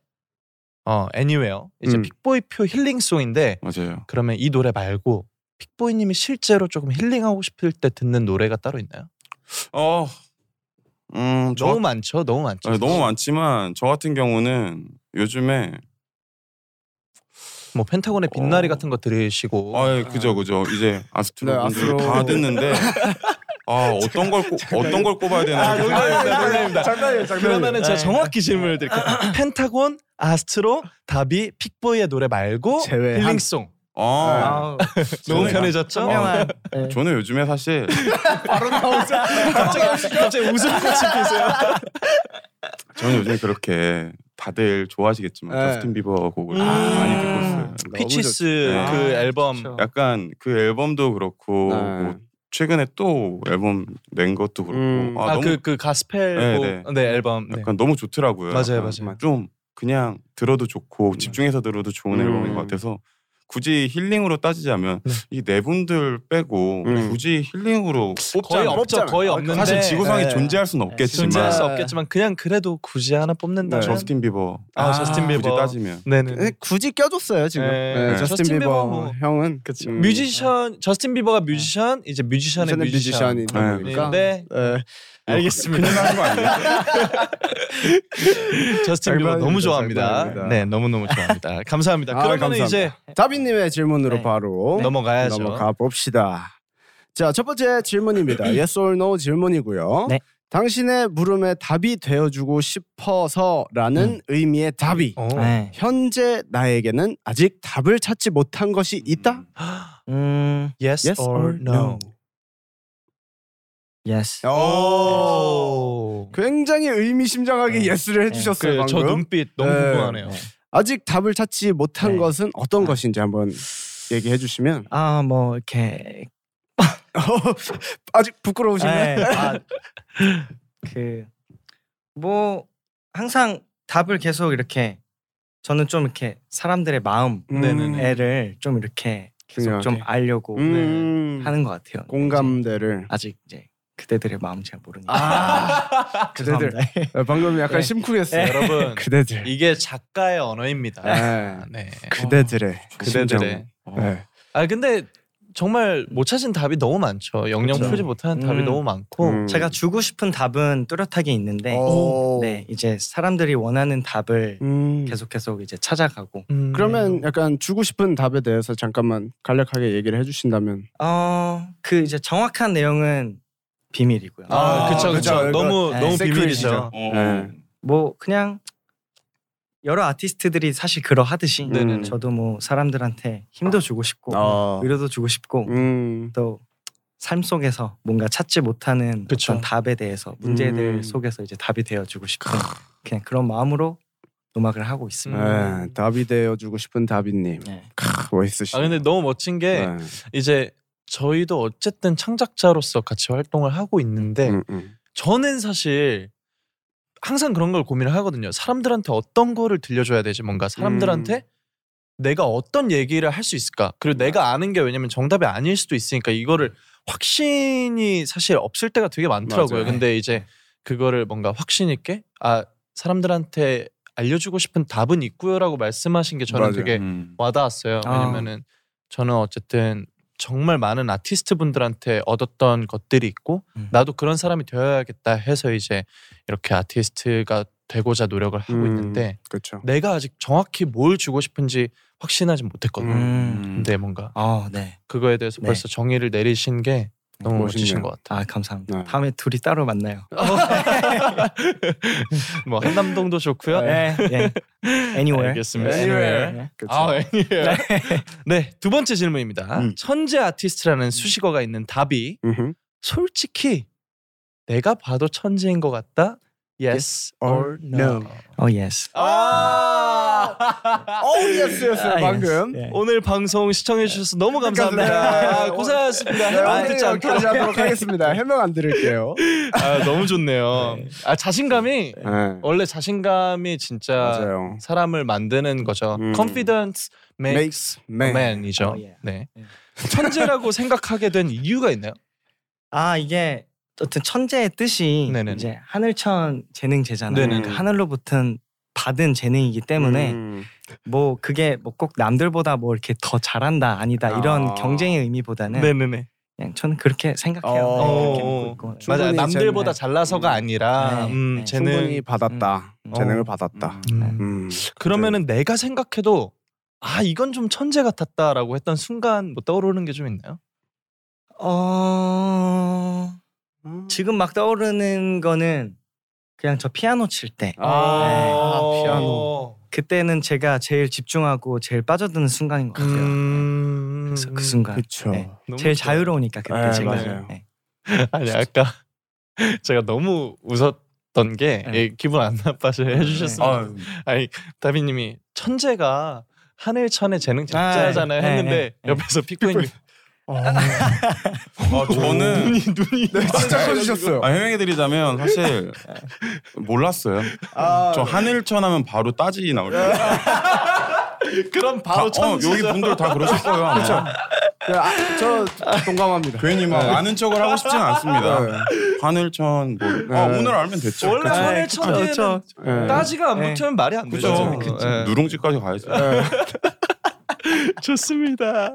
S3: 어 애니웨어 이제
S1: 음.
S3: 픽보이표 힐링송인데
S4: 맞아요.
S3: 그러면 이 노래 말고 픽보이님이 실제로 조금 힐링하고 싶을 때 듣는 노래가 따로 있나요?
S4: 어, 음, 저
S3: 너무 많죠, 너무 많죠.
S4: 네, 너무 많지만 저 같은 경우는 요즘에
S3: 뭐 펜타곤의 빛나리
S4: 어.
S3: 같은 거 들으시고
S4: 아 예, 그죠 그죠 이제 아스트로
S1: 네,
S4: 분들
S1: 아스트로.
S4: 다 듣는데 아 어떤 걸 꼽- 어떤 걸 꼽아야 되나
S3: 아, 농담입니다, 농담입니다.
S1: 장난이에요, 장난이에요.
S3: 그러면은 제가
S2: 네.
S3: 정확히 질문을 드릴게요. 펜타곤, 아스트로, 다비, 픽보이의 노래 말고
S1: 제외한.
S3: 힐링송.
S4: 아,
S2: 아,
S3: 너무
S4: 저는-
S3: 편해졌죠?
S4: 어.
S2: 선명한 네.
S4: 저는 요즘에 사실
S1: 바로 나오자.
S3: 갑자기 갑자기 웃음꽃이 피세요.
S4: 저는 요즘에 그렇게 다들 좋아하시겠지만
S1: 네. 음.
S4: 저스틴 비버 곡을
S3: 음.
S4: 많이 듣고 있어요. 음.
S3: 피치스
S4: 좋죠.
S3: 그
S2: 아,
S3: 앨범
S2: 그렇죠.
S4: 약간 그 앨범도 그렇고
S3: 네.
S4: 뭐 최근에 또 앨범 낸 것도 그렇고
S1: 음.
S4: 아,
S3: 아
S4: 너무
S3: 그 그 가스펠
S4: 네,
S3: 곡- 네,
S4: 네.
S3: 앨범 네.
S4: 약간 너무 좋더라고요.
S3: 맞아요,
S4: 약간
S3: 맞아요.
S4: 좀 그냥 들어도 좋고 집중해서 들어도 좋은
S1: 음.
S4: 앨범인 것 같아서 굳이 힐링으로 따지자면
S3: 네.
S4: 이 네 분들 빼고
S1: 음.
S4: 굳이 힐링으로 뽑자.
S3: 거의 없죠
S1: 뽑자면.
S3: 거의
S1: 아,
S3: 없는데
S4: 사실 지구상에
S1: 네.
S4: 존재할 수는 없겠지만
S3: 존재할 수
S1: 네.
S3: 없겠지만 그냥 그래도 굳이 하나 뽑는다면
S1: 네.
S4: 저스틴 비버
S3: 아, 저스틴
S4: 굳이
S3: 비버.
S4: 따지면
S3: 네네
S1: 네, 굳이 껴줬어요 지금.
S3: 네.
S1: 네,
S4: 네.
S1: 저스틴,
S3: 저스틴
S1: 비버
S3: 비버 뭐-
S1: 형은
S3: 그쵸.
S1: 음,
S3: 뮤지션 저스틴 비버가 뮤지션 이제 뮤지션의
S1: 저는
S3: 뮤지션.
S1: 뮤지션이다
S4: 네.
S1: 보니까.
S3: 네,
S1: 네.
S3: 알겠습니다.
S4: 큰일 나는 거 아니에요?
S3: 저스틴 비버
S1: 장난입니다,
S3: 너무 좋아합니다.
S1: 장난입니다.
S3: 네, 너무 너무 좋아합니다. 감사합니다.
S1: 아,
S3: 그러면
S1: 감사합니다.
S3: 이제
S1: 다비님의 질문으로
S2: 네.
S1: 바로
S3: 넘어가야죠.
S1: 넘어가 봅시다. 자, 첫 번째 질문입니다. yes or no 질문이고요.
S2: 네.
S1: 당신의 물음에 답이 되어주고 싶어서라는 의미의 답이.
S3: 어.
S2: 네.
S1: 현재 나에게는 아직 답을 찾지 못한 것이 있다.
S3: 아,
S2: 음,
S3: Yes, or no.
S1: 어.
S2: yes.
S1: 오.
S3: 오.
S1: 굉장히 의미심장하게
S2: 네.
S1: 예스를
S2: 네.
S1: 해주셨어요.
S3: 그, 저
S1: 방금.
S3: 눈빛 너무
S1: 네.
S3: 궁금하네요.
S2: 네.
S1: 아직 답을 찾지 못한
S2: 네.
S1: 것은 어떤
S2: 아.
S1: 것인지 한번 얘기해 주시면
S2: 아, 뭐 이렇게
S1: 아직 부끄러우신가요?
S2: 네. 아, 그, 그뭐 항상 답을 계속 이렇게 저는 좀 이렇게 사람들의 마음을
S1: 음,
S3: 네네네.
S2: 좀 이렇게 계속 좀
S1: 중요하게.
S2: 알려고
S1: 음,
S2: 하는 것 같아요.
S1: 공감대를
S2: 이제 아직 이제 그대들의 마음 잘 모르니까.
S1: 아,
S2: 죄송합니다.
S1: 그대들 방금 약간
S2: 네.
S1: 심쿵했어요.
S3: 여러분
S1: 그대들
S3: 이게 작가의 언어입니다.
S1: 네.
S3: 네.
S1: 그대들의
S4: 어.
S1: 심정.
S3: 그대들의.
S1: 네.
S3: 아 근데 정말 못 찾은 답이 너무 많죠. 영영
S2: 그렇죠.
S3: 풀지 못하는 답이
S2: 음.
S3: 너무 많고.
S1: 음.
S2: 제가 주고 싶은 답은 뚜렷하게 있는데,
S1: 오.
S2: 네 이제 사람들이 원하는 답을
S1: 음.
S2: 계속 계속 이제 찾아가고.
S3: 음.
S1: 그러면 약간 주고 싶은 답에 대해서 잠깐만 간략하게 얘기를 해주신다면
S2: 어그 이제 정확한 내용은 비밀이고요.
S3: 아,
S1: 아,
S3: 그쵸 그쵸.
S1: 그쵸.
S3: 너무
S2: 네.
S3: 너무
S1: 세크릿이죠.
S3: 비밀이죠.
S4: 어.
S1: 네.
S2: 뭐 그냥 여러 아티스트들이 사실 그러하듯이
S1: 음, 네네네.
S2: 저도 뭐 사람들한테 힘도 주고 싶고
S1: 어.
S2: 위로도 주고 싶고
S1: 음.
S2: 또 삶 속에서 뭔가 찾지 못하는
S3: 그쵸.
S2: 어떤 답에 대해서 문제들
S1: 음.
S2: 속에서 이제 답이 되어주고 싶은 그냥 그런 마음으로 음악을 하고 있습니다.
S1: 네, 답이 되어주고 싶은 다비님
S2: 네.
S1: 크, 멋있으시네.
S3: 아 근데 너무 멋진 게
S1: 네.
S3: 이제 저희도 어쨌든 창작자로서 같이 활동을 하고 있는데
S1: 음, 음.
S3: 저는 사실 항상 그런 걸 고민을 하거든요. 사람들한테 어떤 거를 들려줘야 되지 뭔가 사람들한테
S1: 음.
S3: 내가 어떤 얘기를 할 수 있을까? 그리고 내가 아는 게 왜냐면 정답이 아닐 수도 있으니까 이거를 확신이 사실 없을 때가 되게 많더라고요.
S1: 맞아요.
S3: 근데 이제 그거를 뭔가 확신 있게 아 사람들한테 알려주고 싶은 답은 있고요라고 말씀하신 게 저는
S1: 맞아요.
S3: 되게
S4: 음.
S3: 와닿았어요.
S2: 아.
S3: 왜냐면은 저는 어쨌든 정말 많은 아티스트 분들한테 얻었던 것들이 있고
S2: 음.
S3: 나도 그런 사람이 되어야겠다 해서 이제 이렇게 아티스트가 되고자 노력을 하고
S1: 음.
S3: 있는데
S1: 그렇죠.
S3: 내가 아직 정확히 뭘 주고 싶은지 확신하지 못했거든. 요
S2: 음.
S4: 음.
S3: 근데 뭔가
S2: 아 네.
S3: 그거에 대해서
S2: 네.
S3: 벌써 정의를 내리신 게 너무
S1: 멋있네요.
S3: 멋지신 것 같아.
S2: 아 감사합니다.
S1: 네.
S2: 다음에 둘이 따로 만나요.
S3: 뭐 한남동도
S1: 아,
S3: 좋고요.
S2: 네. 네. Anywhere.
S3: 알겠습니다.
S1: Anywhere.
S2: 네.
S1: 그렇죠.
S3: 아, 아니에요. 네, 두 번째 질문입니다.
S1: 음.
S3: 천재 아티스트라는 수식어가 있는 답이
S1: 음흠.
S3: 솔직히 내가 봐도 천재인 것 같다. Yes, or no.
S2: Oh yes.
S3: 아!
S1: 오 예스였어요
S2: 아,
S1: 방금.
S2: yes. 네.
S3: 오늘 방송 시청해 주셔서 너무 감사합니다.
S1: 네.
S3: 고생하셨습니다.
S1: 네,
S3: 해명
S1: 오늘
S3: 듣지 않고.
S1: 여기까지 하도록 하겠습니다. 해명 안 들을게요.
S3: 아, 너무 좋네요.
S2: 네.
S3: 아, 자신감이
S1: 네.
S3: 원래 자신감이 진짜
S1: 맞아요.
S3: 사람을 만드는 거죠.
S1: 음.
S3: Confidence makes
S1: man.
S3: man이죠.
S2: 어, 예.
S3: 네.
S2: 예.
S3: 천재라고 생각하게 된 이유가 있나요?
S2: 아 이게 어떤 천재의 뜻이
S3: 네네네.
S2: 이제 하늘천 재능제잖아요.
S3: 네네네.
S2: 그러니까 하늘로부터 받은 재능이기 때문에
S1: 음.
S2: 뭐 그게 뭐 꼭 남들보다 뭐 이렇게 더 잘한다 아니다 이런
S1: 아.
S2: 경쟁의 의미보다는
S3: 네네네.
S2: 그냥 저는 그렇게 생각해요.
S1: 어.
S2: 네, 그렇게 믿고 있고.
S1: 충분히
S3: 맞아. 남들보다
S1: 재능.
S3: 잘나서가
S1: 음.
S3: 아니라
S2: 네,
S3: 음,
S2: 네.
S3: 재능.
S1: 충분히 받았다.
S2: 음.
S1: 재능을
S3: 어.
S1: 받았다.
S3: 음.
S1: 음.
S3: 그러면은
S2: 네.
S3: 내가 생각해도 아 이건 좀 천재 같았다라고 했던 순간 뭐 떠오르는 게 좀 있나요?
S2: 어
S1: 음.
S2: 지금 막 떠오르는 거는 그냥 저 피아노 칠 때
S3: 네.
S1: 아, 피아노.
S2: 그때는 제가 제일 집중하고 제일 빠져드는 순간인 것 같아요.
S3: 음.
S2: 그래서 그 순간
S1: 그쵸.
S2: 네.
S3: 너무
S2: 제일
S3: 좋다.
S2: 자유로우니까 그때
S1: 네,
S2: 제가
S1: 맞아요.
S2: 네.
S3: 아니 아까 제가 너무 웃었던 게
S2: 네.
S3: 예, 기분 안 나빠서 해주셨습니다.
S4: 아,
S3: 아니 다비님이 천재가 하늘천의 재능 작자잖아요
S2: 아, 네,
S3: 했는데
S2: 네, 네.
S3: 옆에서 픽보이님
S4: 아, 저는
S3: 눈이 눈이
S1: 네, 진짜 커지셨어요.
S4: 아, 해명해드리자면 사실 몰랐어요.
S1: 아,
S4: 저 하늘천 하면 바로 따지 나올 거예요.
S3: 네, 그럼 네.
S4: 다-
S3: 바로 천재.
S4: 어, 여기
S2: 뭐
S4: 분들 다 그러실 거예요. 아마.
S1: 아, 저 동감합니다.
S4: 괜히 막
S1: 네.
S4: 아는 척을 하고 싶진 않습니다. 하늘천 뭐 아,
S1: 네.
S4: 오늘 알면 됐죠.
S3: 원래
S2: 그쵸.
S3: 하늘천에는
S2: 그쵸.
S1: 네.
S3: 따지가 안
S2: 네.
S3: 붙으면 말이 안
S4: 그죠.
S3: 되죠.
S4: 그쵸.
S3: 예.
S4: 누룽지까지 가야죠.
S1: 네.
S3: 좋습니다.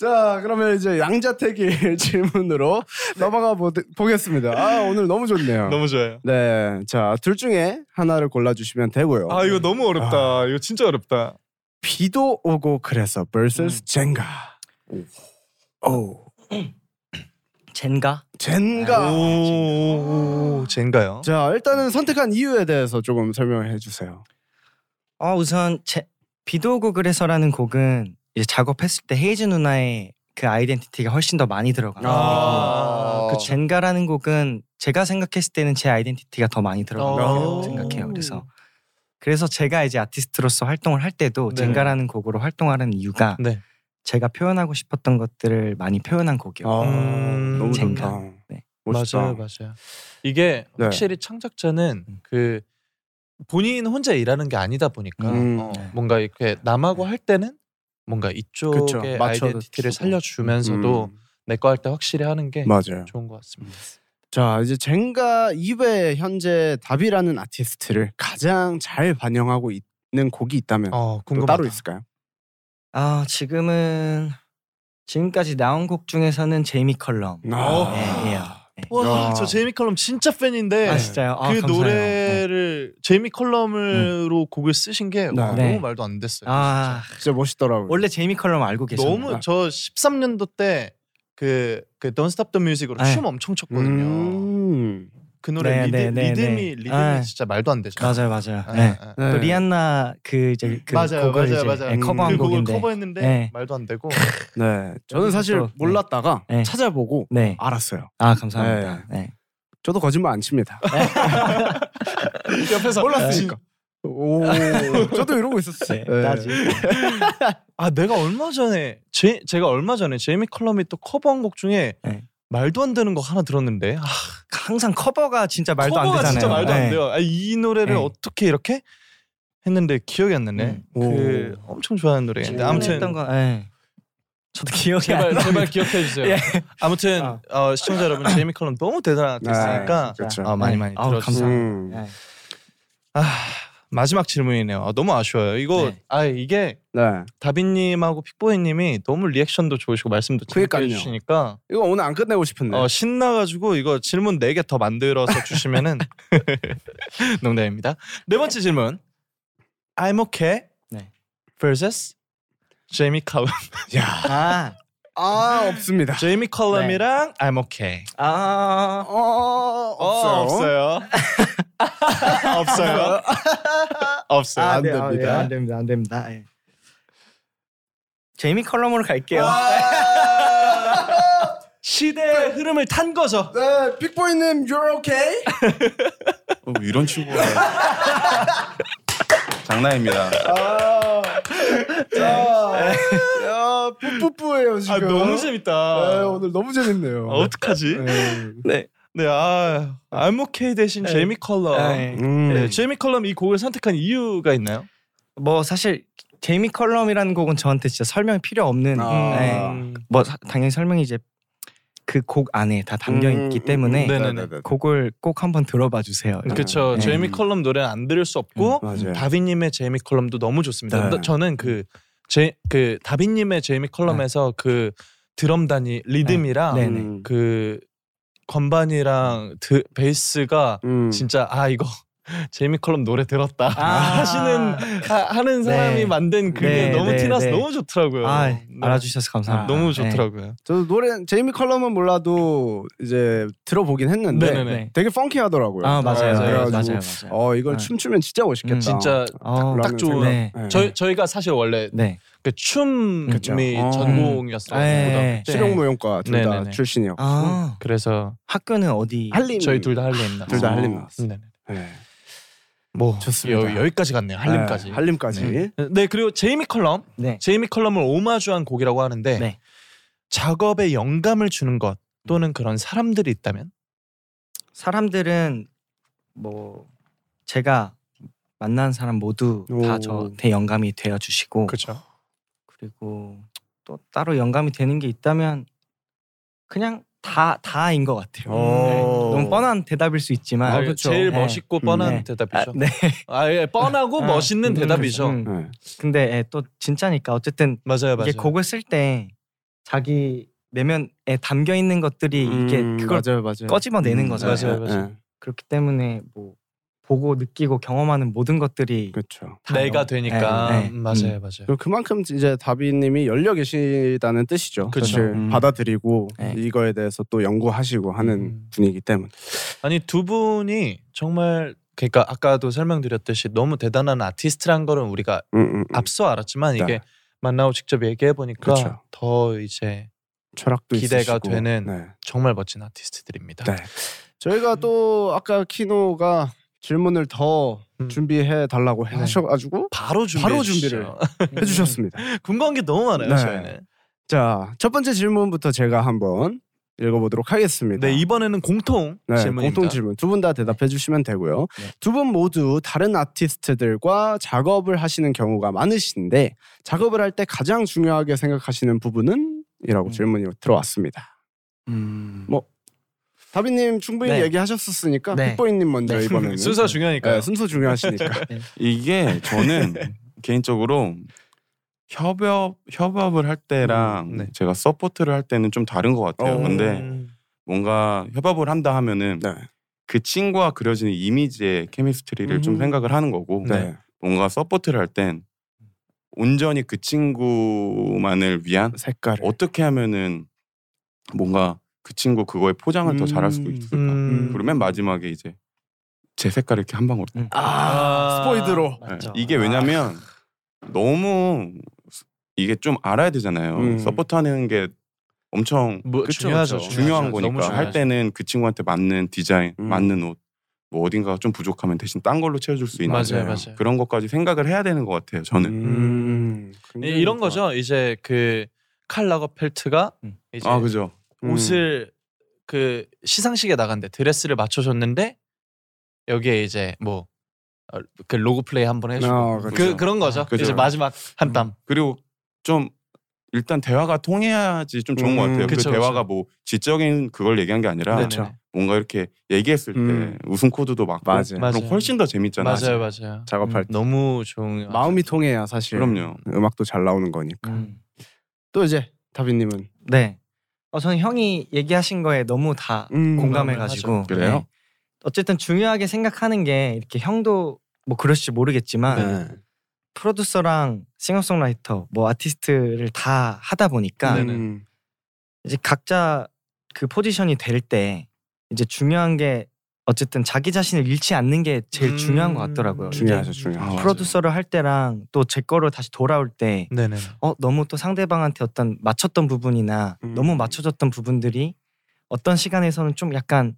S1: 자, 그러면 이제 양자택일 질문으로 넘어가 보, 보겠습니다. 아, 오늘 너무 좋네요.
S3: 너무 좋아요.
S1: 네, 자, 둘 중에 하나를 골라주시면 되고요.
S3: 아 이거 너무 어렵다. 이거 진짜 어렵다.
S1: 비도 오고 그래서
S3: 음.
S1: vs 젠가. 오,
S2: 젠가
S1: 젠가.
S3: 오, 젠가요?
S1: 자, 일단은 선택한 이유에 대해서 조금 설명해 주세요.
S2: 어 우선 제, 비도 오고 그래서라는 곡은 이제 작업했을 때 헤이즈 누나의 그 아이덴티티가 훨씬 더 많이 들어가고
S3: 아,
S2: 그 젠가라는 곡은 제가 생각했을 때는 제 아이덴티티가 더 많이 들어간다고
S3: 오.
S2: 생각해요. 그래서 그래서 제가 이제 아티스트로서 활동을 할 때도
S3: 네.
S2: 젠가라는 곡으로 활동하는 이유가
S3: 네.
S2: 제가 표현하고 싶었던 것들을 많이 표현한 곡이요. 어.
S1: 아,
S3: 음,
S1: 너무
S2: 젠가.
S1: 좋다.
S2: 네.
S1: 멋있다.
S3: 맞아요, 맞아요. 이게
S1: 네. 음.
S3: 확실히 창작자는 그 본인 혼자 일하는 게 아니다 보니까
S1: 음.
S3: 어,
S2: 네.
S3: 뭔가 이렇게 남하고 할 때는 뭔가 이쪽의
S1: 그쵸, 맞춰서
S3: 아이덴티티를
S1: 주고.
S3: 살려주면서도 네.
S1: 음,
S3: 내 거 할 때 확실히 하는 게
S1: 맞아요.
S3: 좋은 것 같습니다.
S1: 자 이제 젠가 2회 현재 답이라는 아티스트를 가장 잘 반영하고 있는 곡이 있다면 네.
S3: 어,
S1: 또
S3: 궁금하다.
S1: 따로 있을까요?
S2: 아 지금은 지금까지 나온 곡 중에서는 제이미 컬럼.
S3: 어. 음.
S1: 아.
S2: 예, 예요.
S3: 와,
S1: 야.
S3: 저 제이미 컬럼 진짜 팬인데
S2: 아 진짜요? 아,
S3: 그
S2: 감사해요. 네. 음.
S3: 노래를 제이미 컬럼으로 곡을 쓰신 게 와,
S1: 네.
S2: 네.
S3: 너무 말도 안 됐어요.
S2: 아
S1: 진짜 멋있더라고요.
S2: 원래 제이미 컬럼 알고 계셨나요?
S3: 너무 저 13년도 때 그 그 Don't Stop the Music으로
S2: 네.
S3: 춤 엄청 췄거든요.
S1: 음.
S3: 그
S2: 네,
S3: 노래 리듬,
S2: 네, 네,
S3: 리듬이
S2: 네.
S3: 리듬이
S2: 아.
S3: 진짜 말도 안
S2: 맞아요,
S3: 되잖아.
S2: 맞아요.
S3: 아,
S2: 네.
S3: 아.
S1: 네.
S2: 또 리안나 그 이제 그
S3: 맞아요,
S2: 곡을
S3: 맞아요,
S2: 이제
S3: 맞아요.
S2: 예,
S1: 음.
S2: 커버한
S3: 그 곡을
S2: 곡인데.
S3: 커버했는데
S2: 네.
S3: 말도 안 되고
S1: 네. 저는 사실
S2: 또, 네.
S1: 몰랐다가
S2: 네.
S1: 찾아보고
S2: 네.
S1: 알았어요.
S2: 아 감사합니다. 네.
S1: 저도 거짓말 안 칩니다.
S3: 옆에서
S1: 몰랐으니까. 오, 저도 이러고 있었어요.
S2: 네, 나지.
S3: 아 내가 얼마 전에 제, 제가 얼마 전에 제이미 컬럼이 또 커버한 곡 중에
S2: 네.
S3: 말도 안 되는 거 하나 들었는데 아,
S2: 항상 커버가 진짜 말도
S3: 커버가
S2: 안 되잖아요.
S3: 진짜 말도
S2: 네.
S3: 안 돼요. 아, 이 노래를
S2: 네.
S3: 어떻게 이렇게 했는데 기억이 안 나네.
S2: 음.
S3: 그 엄청 좋아하는 노래인데 아무튼
S2: 했던 건 예. 저도 기억이 안
S3: 제발
S2: 나.
S3: 제발 기억해 주세요.
S2: 예.
S3: 아무튼
S2: 아.
S3: 어, 시청자 여러분 제이미 컬럼 너무 대단한 아티스트니까
S1: 그렇죠.
S3: 아, 많이 많이
S2: 네. 아우,
S3: 들어주세요.
S2: 감사합니다.
S1: 음.
S2: 네.
S3: 아, 마지막 질문이네요. 아, 너무 아쉬워요. 이거
S2: 네.
S3: 아 이게
S1: 네.
S3: 다빈님하고 픽보이님이 너무 리액션도 좋으시고 말씀도 재밌게
S1: 그러니까요.
S3: 해주시니까
S1: 이거 오늘 안 끝내고 싶은데.
S3: 어, 신나가지고 이거 질문 4개 더 만들어서 주시면은 농담입니다. 네 번째 질문. I'm okay
S2: 네.
S3: vs 제이미 컬럼.
S1: 야.
S2: 아,
S1: 아 없습니다.
S3: 제이미 컬럼이랑 네. I'm okay.
S2: 아,
S1: 어 없어요.
S3: 없어요. 없어요. 없어요.
S1: 아,
S2: 안
S1: 네,
S2: 됩니다.
S1: 아, 네, 안
S2: 예, 안 됩니다. 안 됩니다. 예. 제이미 컬럼으로 갈게요.
S3: 아. 시대의 흐름을 탄 거죠.
S1: 네, 픽보이님, you're okay?
S4: 어, 뭐 이런 친구가 장난입니다.
S1: 아, 야, 야, 뿌뿌뿌예요 지금.
S3: 아 너무 재밌다.
S1: 네, 오늘 너무 재밌네요.
S3: 아, 어떡하지?
S1: 네.
S3: 네, 아 I'm okay 대신
S2: 네.
S3: 제이미 컬럼.
S2: 네.
S1: 음.
S3: 네, 제이미 컬럼 이 곡을 선택한 이유가 있나요?
S2: 뭐 사실 제이미 컬럼이라는 곡은 저한테 진짜 설명이 필요 없는
S1: 아.
S2: 네.
S3: 음,
S2: 뭐 사- 당연히 설명이 이제 그 곡 안에 다 담겨 있기
S1: 음,
S2: 때문에
S3: 음, 네.
S2: 곡을 꼭 한번 들어봐 주세요.
S3: 그쵸
S2: 네. 음,
S3: 제이미 컬럼 노래는 안 들을 수 없고
S1: 음, 맞아요.
S3: 다빈님의 제이미 컬럼도 너무 좋습니다.
S1: 네.
S3: 너- 저는 그제그 다빈님의 제이미 컬럼에서 그 드럼 단위 리듬이랑
S2: 네. 네네.
S1: 음.
S3: 그 건반이랑 드, 베이스가
S1: 음.
S3: 진짜 아 이거 제이미 컬럼 노래 들었다
S2: 아.
S3: 하시는 하, 는 사람이
S2: 네.
S3: 만든 그게
S2: 네,
S3: 너무
S2: 네,
S3: 티나서
S2: 네.
S3: 너무 좋더라고요.
S2: 아,
S3: 네.
S2: 알아주셔서 감사합니다. 네.
S3: 너무 좋더라고요.
S1: 저도 노래 제이미 컬럼은 몰라도 이제 들어보긴 했는데
S3: 네네네.
S1: 되게 펑키하더라고요.
S2: 아 맞아요,
S1: 네,
S2: 맞아요, 맞아요.
S1: 그래가지고,
S2: 맞아요.
S1: 어 이걸
S2: 네.
S1: 춤추면 진짜 멋있겠다.
S2: 음,
S3: 진짜
S2: 어,
S1: 라면
S3: 딱 좋은-
S1: 생각.
S2: 네.
S1: 네.
S3: 저희 저희가 사실 원래
S2: 네.
S3: 그 춤이
S2: 그쵸.
S1: 어.
S3: 전공이었어요.
S2: 네.
S3: 고등학교 때.
S1: 실용무용과 둘 다
S3: 네네네.
S1: 출신이었고
S2: 아
S3: 그래서
S2: 학교는 어디?
S1: 할림
S3: 저희 둘 다 할림
S1: 둘다
S2: 아.
S4: 어.
S1: 할림
S2: 음.
S1: 나왔어.
S3: 네네.
S1: 네.
S3: 뭐
S1: 좋습니다.
S3: 여, 기까지 갔네요. 할림까지.
S1: 네, 할림까지.
S2: 네.
S3: 네 그리고 제이미 컬럼
S2: 네.
S3: 제이미 컬럼을 오마주한 곡이라고 하는데
S2: 네.
S3: 작업에 영감을 주는 것 또는 그런 사람들이 있다면
S2: 사람들은 뭐 제가 만난 사람 모두
S1: 오.
S2: 다 저한테 영감이 되어 주시고
S3: 그렇죠.
S2: 그리고 또 따로 영감이 되는 게 있다면 그냥 다 다인 것 같아요. 네. 너무 뻔한 대답일 수 있지만
S3: 아, 제일
S2: 네.
S3: 멋있고 뻔한
S2: 네. 아,
S3: 대답이죠.
S2: 네.
S3: 아, 예, 뻔하고
S2: 아,
S3: 멋있는
S2: 음,
S3: 대답이죠.
S2: 음.
S1: 네.
S2: 근데 예, 또 진짜니까 어쨌든
S3: 맞아요, 맞아요.
S2: 이게 곡을 쓸 때 자기 내면에 담겨 있는 것들이 이게
S1: 음,
S2: 그걸
S1: 맞아요, 맞아요.
S2: 꺼집어내는
S1: 음,
S2: 거잖아요.
S3: 맞아요, 맞아요.
S1: 네,
S2: 그렇기 때문에 뭐 보고 느끼고 경험하는 모든 것들이
S1: 그렇죠.
S2: 다
S3: 내가
S2: 영-
S3: 되니까
S2: 네, 네.
S3: 음, 맞아요,
S2: 음.
S3: 맞아요.
S1: 그리고 그만큼 이제 다비님이 열려 계시다는 뜻이죠.
S3: 그쵸.
S1: 사실
S4: 음.
S1: 받아들이고
S2: 그렇죠. 네.
S1: 이거에 대해서 또 연구하시고 하는
S3: 음.
S1: 분이기 때문에.
S3: 아니 두 분이 정말 그러니까 아까도 설명드렸듯이 너무 대단한 아티스트란 거는 우리가
S1: 음, 음, 음.
S3: 앞서 알았지만
S1: 네. 그렇죠.
S3: 이게 만나고 직접 얘기해 보니까
S1: 그쵸.
S3: 더 이제
S1: 철학도
S3: 기대가
S1: 있으시고.
S3: 되는
S1: 네.
S3: 정말 멋진 아티스트들입니다. 음.
S1: 네. 저희가 또 아까 키노가 질문을 더
S3: 음.
S1: 준비해 달라고
S3: 네. 음.
S1: 하셔가지고
S3: 바로 준비
S1: 바로 준비를. 해주셨습니다.
S3: 궁금한 게 너무 많아요
S1: 네.
S3: 저희는.
S1: 자, 첫 번째 질문부터 제가 한번 읽어보도록 하겠습니다.
S3: 네 이번에는 공통
S1: 네,
S3: 질문입니다.
S1: 공통 질문 두 분 다 대답해 주시면 되고요.
S2: 네.
S1: 두 분 모두 다른 아티스트들과 작업을 하시는 경우가 많으신데 작업을 할 때 가장 중요하게 생각하시는 부분은? 이라고
S2: 음.
S1: 질문이 들어왔습니다.
S4: 음.
S1: 다비님 충분히
S2: 네.
S1: 얘기하셨었으니까
S2: 네.
S1: 빅보이님 먼저
S2: 네.
S1: 이번에는
S3: 순서 중요하니까요.
S1: 네, 순서 중요하시니까.
S4: 이게 저는
S1: 네.
S4: 개인적으로 협업 협업을 할 때랑
S3: 음, 네.
S4: 제가 서포트를 할 때는 좀 다른 것 같아요.
S1: 어.
S4: 근데
S3: 음,
S4: 뭔가 협업을 한다 하면은
S1: 네.
S4: 그 친구와 그려지는 이미지의 케미스트리를 좀
S1: 음.
S4: 생각을 하는 거고
S1: 네.
S4: 뭔가 서포트를 할 땐 온전히 그 친구만을 위한
S1: 색깔을
S4: 어떻게 하면은 뭔가 그 친구 그거에 포장을 더 잘할 수도
S1: 음.
S4: 있을까
S3: 음.
S4: 그러면 마지막에 이제 제 색깔을 이렇게 한 방울
S3: 아,
S1: 스포이드로.
S4: 네.
S2: 맞죠.
S4: 이게 왜냐면 너무 스- 이게 좀 알아야 되잖아요
S1: 아. 음.
S4: 서포트하는 게 엄청
S3: 뭐,
S1: 그쵸,
S3: 중요하죠.
S1: 그쵸.
S4: 중요한
S3: 너무
S4: 거니까 할
S3: 중요하죠.
S4: 때는 그 친구한테 맞는 디자인
S1: 음.
S4: 맞는 옷 뭐 어딘가가 좀 부족하면 대신 딴 걸로 채워줄 수 있는
S1: 맞아요.
S3: 맞아요, 맞아요.
S4: 그런 것까지 생각을 해야 되는 것 같아요
S3: 네.
S4: 저는
S1: 음,
S3: 이- 이런 거죠. 이제 그 칼라거 펠트가
S2: 음.
S3: 이제
S4: 아 그죠
S1: 음.
S3: 옷을 그 시상식에 나간데 드레스를 맞춰줬는데 여기에 이제 뭐 그 로고 플레이 한번 해주고
S1: 아,
S3: 그
S1: 그렇죠.
S3: 그런 거죠.
S4: 그죠.
S3: 이제 마지막 한 땀.
S4: 그리고 좀 일단 대화가 통해야지 좀 좋은 것
S1: 음,
S4: 같아요. 그
S3: 그쵸,
S4: 대화가
S3: 그쵸.
S4: 뭐 지적인 그걸 얘기한 게 아니라
S3: 네네.
S1: 그렇죠.
S4: 뭔가 이렇게 얘기했을 때
S1: 음.
S4: 웃음 코드도 맞고
S1: 맞아요.
S4: 그럼
S3: 맞아요.
S4: 훨씬 더 재밌잖아요.
S3: 맞아요, 맞아요. 음,
S1: 작업할 때
S3: 너무 좋은
S1: 마음이 통해야 사실
S4: 그럼요.
S1: 음악도 잘 나오는 거니까.
S2: 음.
S1: 또 이제 다빈님은
S2: 네. 어, 저는 형이 얘기하신 거에 너무 다
S1: 음,
S2: 공감해가지고
S4: 하죠. 그래요?
S2: 네. 어쨌든 중요하게 생각하는 게 이렇게 형도 뭐 그럴지
S1: 네.
S2: 모르겠지만 프로듀서랑 싱어송라이터 뭐 아티스트를 다 하다 보니까
S3: 네네.
S1: 음,
S2: 이제 각자 그 포지션이 될 때 이제 중요한 게 어쨌든 자기 자신을 잃지 않는 게 제일
S3: 음.
S2: 중요한 것 같더라고요. 이게
S1: 중요하죠, 중요하죠.
S4: 맞아요.
S2: 프로듀서를 할 때랑 또 제 거로 다시 돌아올 때
S3: 네네.
S2: 어, 너무 또 상대방한테 어떤 맞췄던 부분이나
S1: 음.
S2: 너무 맞춰줬던 부분들이 어떤 시간에서는 좀 약간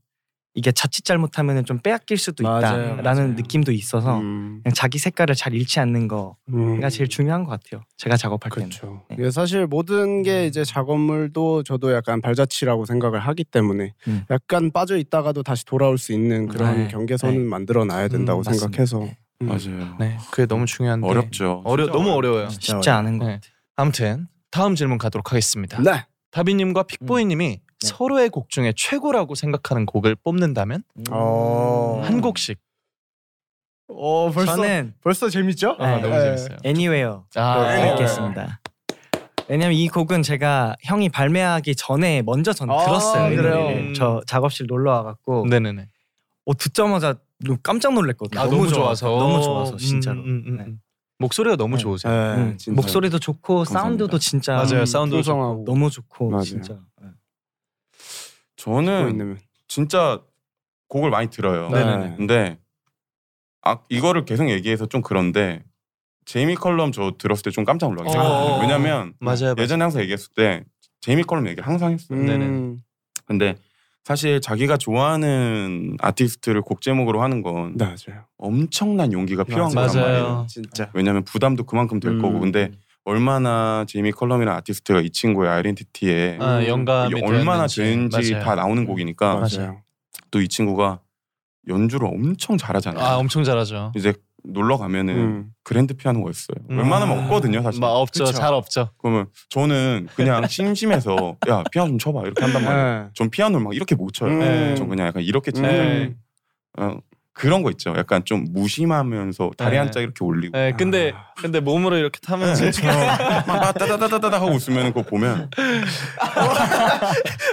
S2: 이게 자칫 잘못하면 좀 빼앗길 수도
S1: 맞아요,
S2: 있다라는
S1: 맞아요.
S2: 느낌도 있어서
S1: 음,
S2: 그냥 자기 색깔을 잘 잃지 않는 거가
S1: 음.
S2: 제일 중요한 것 같아요. 제가 작업할 때는.
S1: 그렇죠.
S2: 네.
S1: 이게 사실 모든 게 이제 작업물도 저도 약간 발자취라고 생각을 하기 때문에
S2: 음.
S1: 약간 빠져 있다가도 다시 돌아올 수 있는 그런
S2: 네.
S1: 경계선은
S2: 네.
S1: 만들어 놔야 된다고
S3: 음,
S1: 뭐 생각해서
S2: 맞습니다.
S1: 음.
S4: 맞아요.
S3: 네, 그게 너무 중요한데
S4: 어렵죠.
S3: 어려
S4: 진짜
S3: 너무 어려워요.
S1: 진짜
S2: 쉽지 않은 것
S3: 네.
S2: 같아요.
S3: 아무튼 다음 질문 가도록 하겠습니다.
S1: 네.
S3: 다비님과 픽보이님이
S2: 네.
S3: 서로의 곡 중에 최고라고 생각하는 곡을 뽑는다면
S1: 어.
S3: 한 곡씩.
S1: 어 벌써 그렇죠.
S2: 저는
S1: 벌써 재밌죠?
S3: 아,
S2: 네.
S3: 너무 재밌어요.
S2: Anywhere
S3: 아,
S1: 네.
S2: 듣겠습니다. 왜냐면 이 곡은 제가 형이 발매하기 전에 먼저 전
S1: 아,
S2: 들었어요. 이
S3: 그래요?
S2: 노래를. 저 작업실 놀러 와갖고
S3: 네네네.
S2: 어, 듣자마자 깜짝 놀랐거든요.
S3: 아, 너무, 좋아서.
S2: 너무 좋아서 진짜로.
S3: 음, 음, 음,
S2: 네.
S3: 음. 목소리가 너무
S2: 네.
S3: 좋으세요.
S1: 네,
S2: 음,
S1: 진짜.
S2: 목소리도 좋고
S4: 감사합니다.
S2: 사운드도 진짜
S3: 맞아요.
S1: 음,
S3: 사운드도 좋고.
S1: 풍성하고
S2: 너무 좋고
S1: 맞아요.
S2: 진짜. 네.
S4: 저는
S1: 있는.
S4: 진짜 곡을 많이 들어요.
S1: 네네네.
S4: 근데 아 이거를 계속 얘기해서 좀 그런데 제이미 컬럼 저 들었을 때 좀 깜짝 놀랐어요.
S1: 어.
S4: 왜냐면
S3: 음. 네, 맞아요. 맞아요.
S4: 예전에 항상 얘기했을 때 제이미 컬럼 얘기를 항상 했어요.
S1: 음,
S3: 네네네.
S4: 근데 사실 자기가 좋아하는 아티스트를 곡 제목으로 하는 건
S1: 네, 맞아요.
S4: 엄청난 용기가 필요한
S3: 네. 맞아요.
S4: 거란 말이에요.
S3: 맞아요.
S1: 진짜.
S4: 왜냐면 부담도 그만큼 될
S1: 음.
S4: 거고 근데 얼마나 제이미 컬럼이라는 아티스트가 이 친구의 아이덴티티에
S3: 아, 영감이
S4: 얼마나
S3: 되었는지.
S4: 되는지
S3: 맞아요.
S4: 다 나오는 곡이니까
S1: 맞아요.
S4: 또 이 친구가 연주를 엄청 잘하잖아요.
S3: 아 엄청 잘하죠.
S4: 이제 놀러 가면은
S1: 음.
S4: 그랜드 피아노가 있어요.
S3: 음.
S4: 웬만하면 없거든요, 사실.
S3: 막 없죠.
S1: 그쵸.
S3: 잘 없죠.
S4: 그러면 저는 그냥 심심해서 야 피아노 좀 쳐봐 이렇게 한단
S3: 음.
S4: 말이에요.
S1: 네.
S4: 전 피아노를 막 이렇게 못 쳐요.
S1: 음.
S4: 전 그냥 약간 이렇게 치는
S3: 네.
S1: 음.
S4: 어, 그런 거 있죠. 약간 좀 무심하면서 다리
S3: 네.
S4: 한짝 이렇게 올리고
S3: 네, 근데
S1: 아.
S3: 근데 몸으로 이렇게 타면
S4: 네.
S3: 솔직히
S4: 막 따다다다다다 하고 웃으면 그거 보면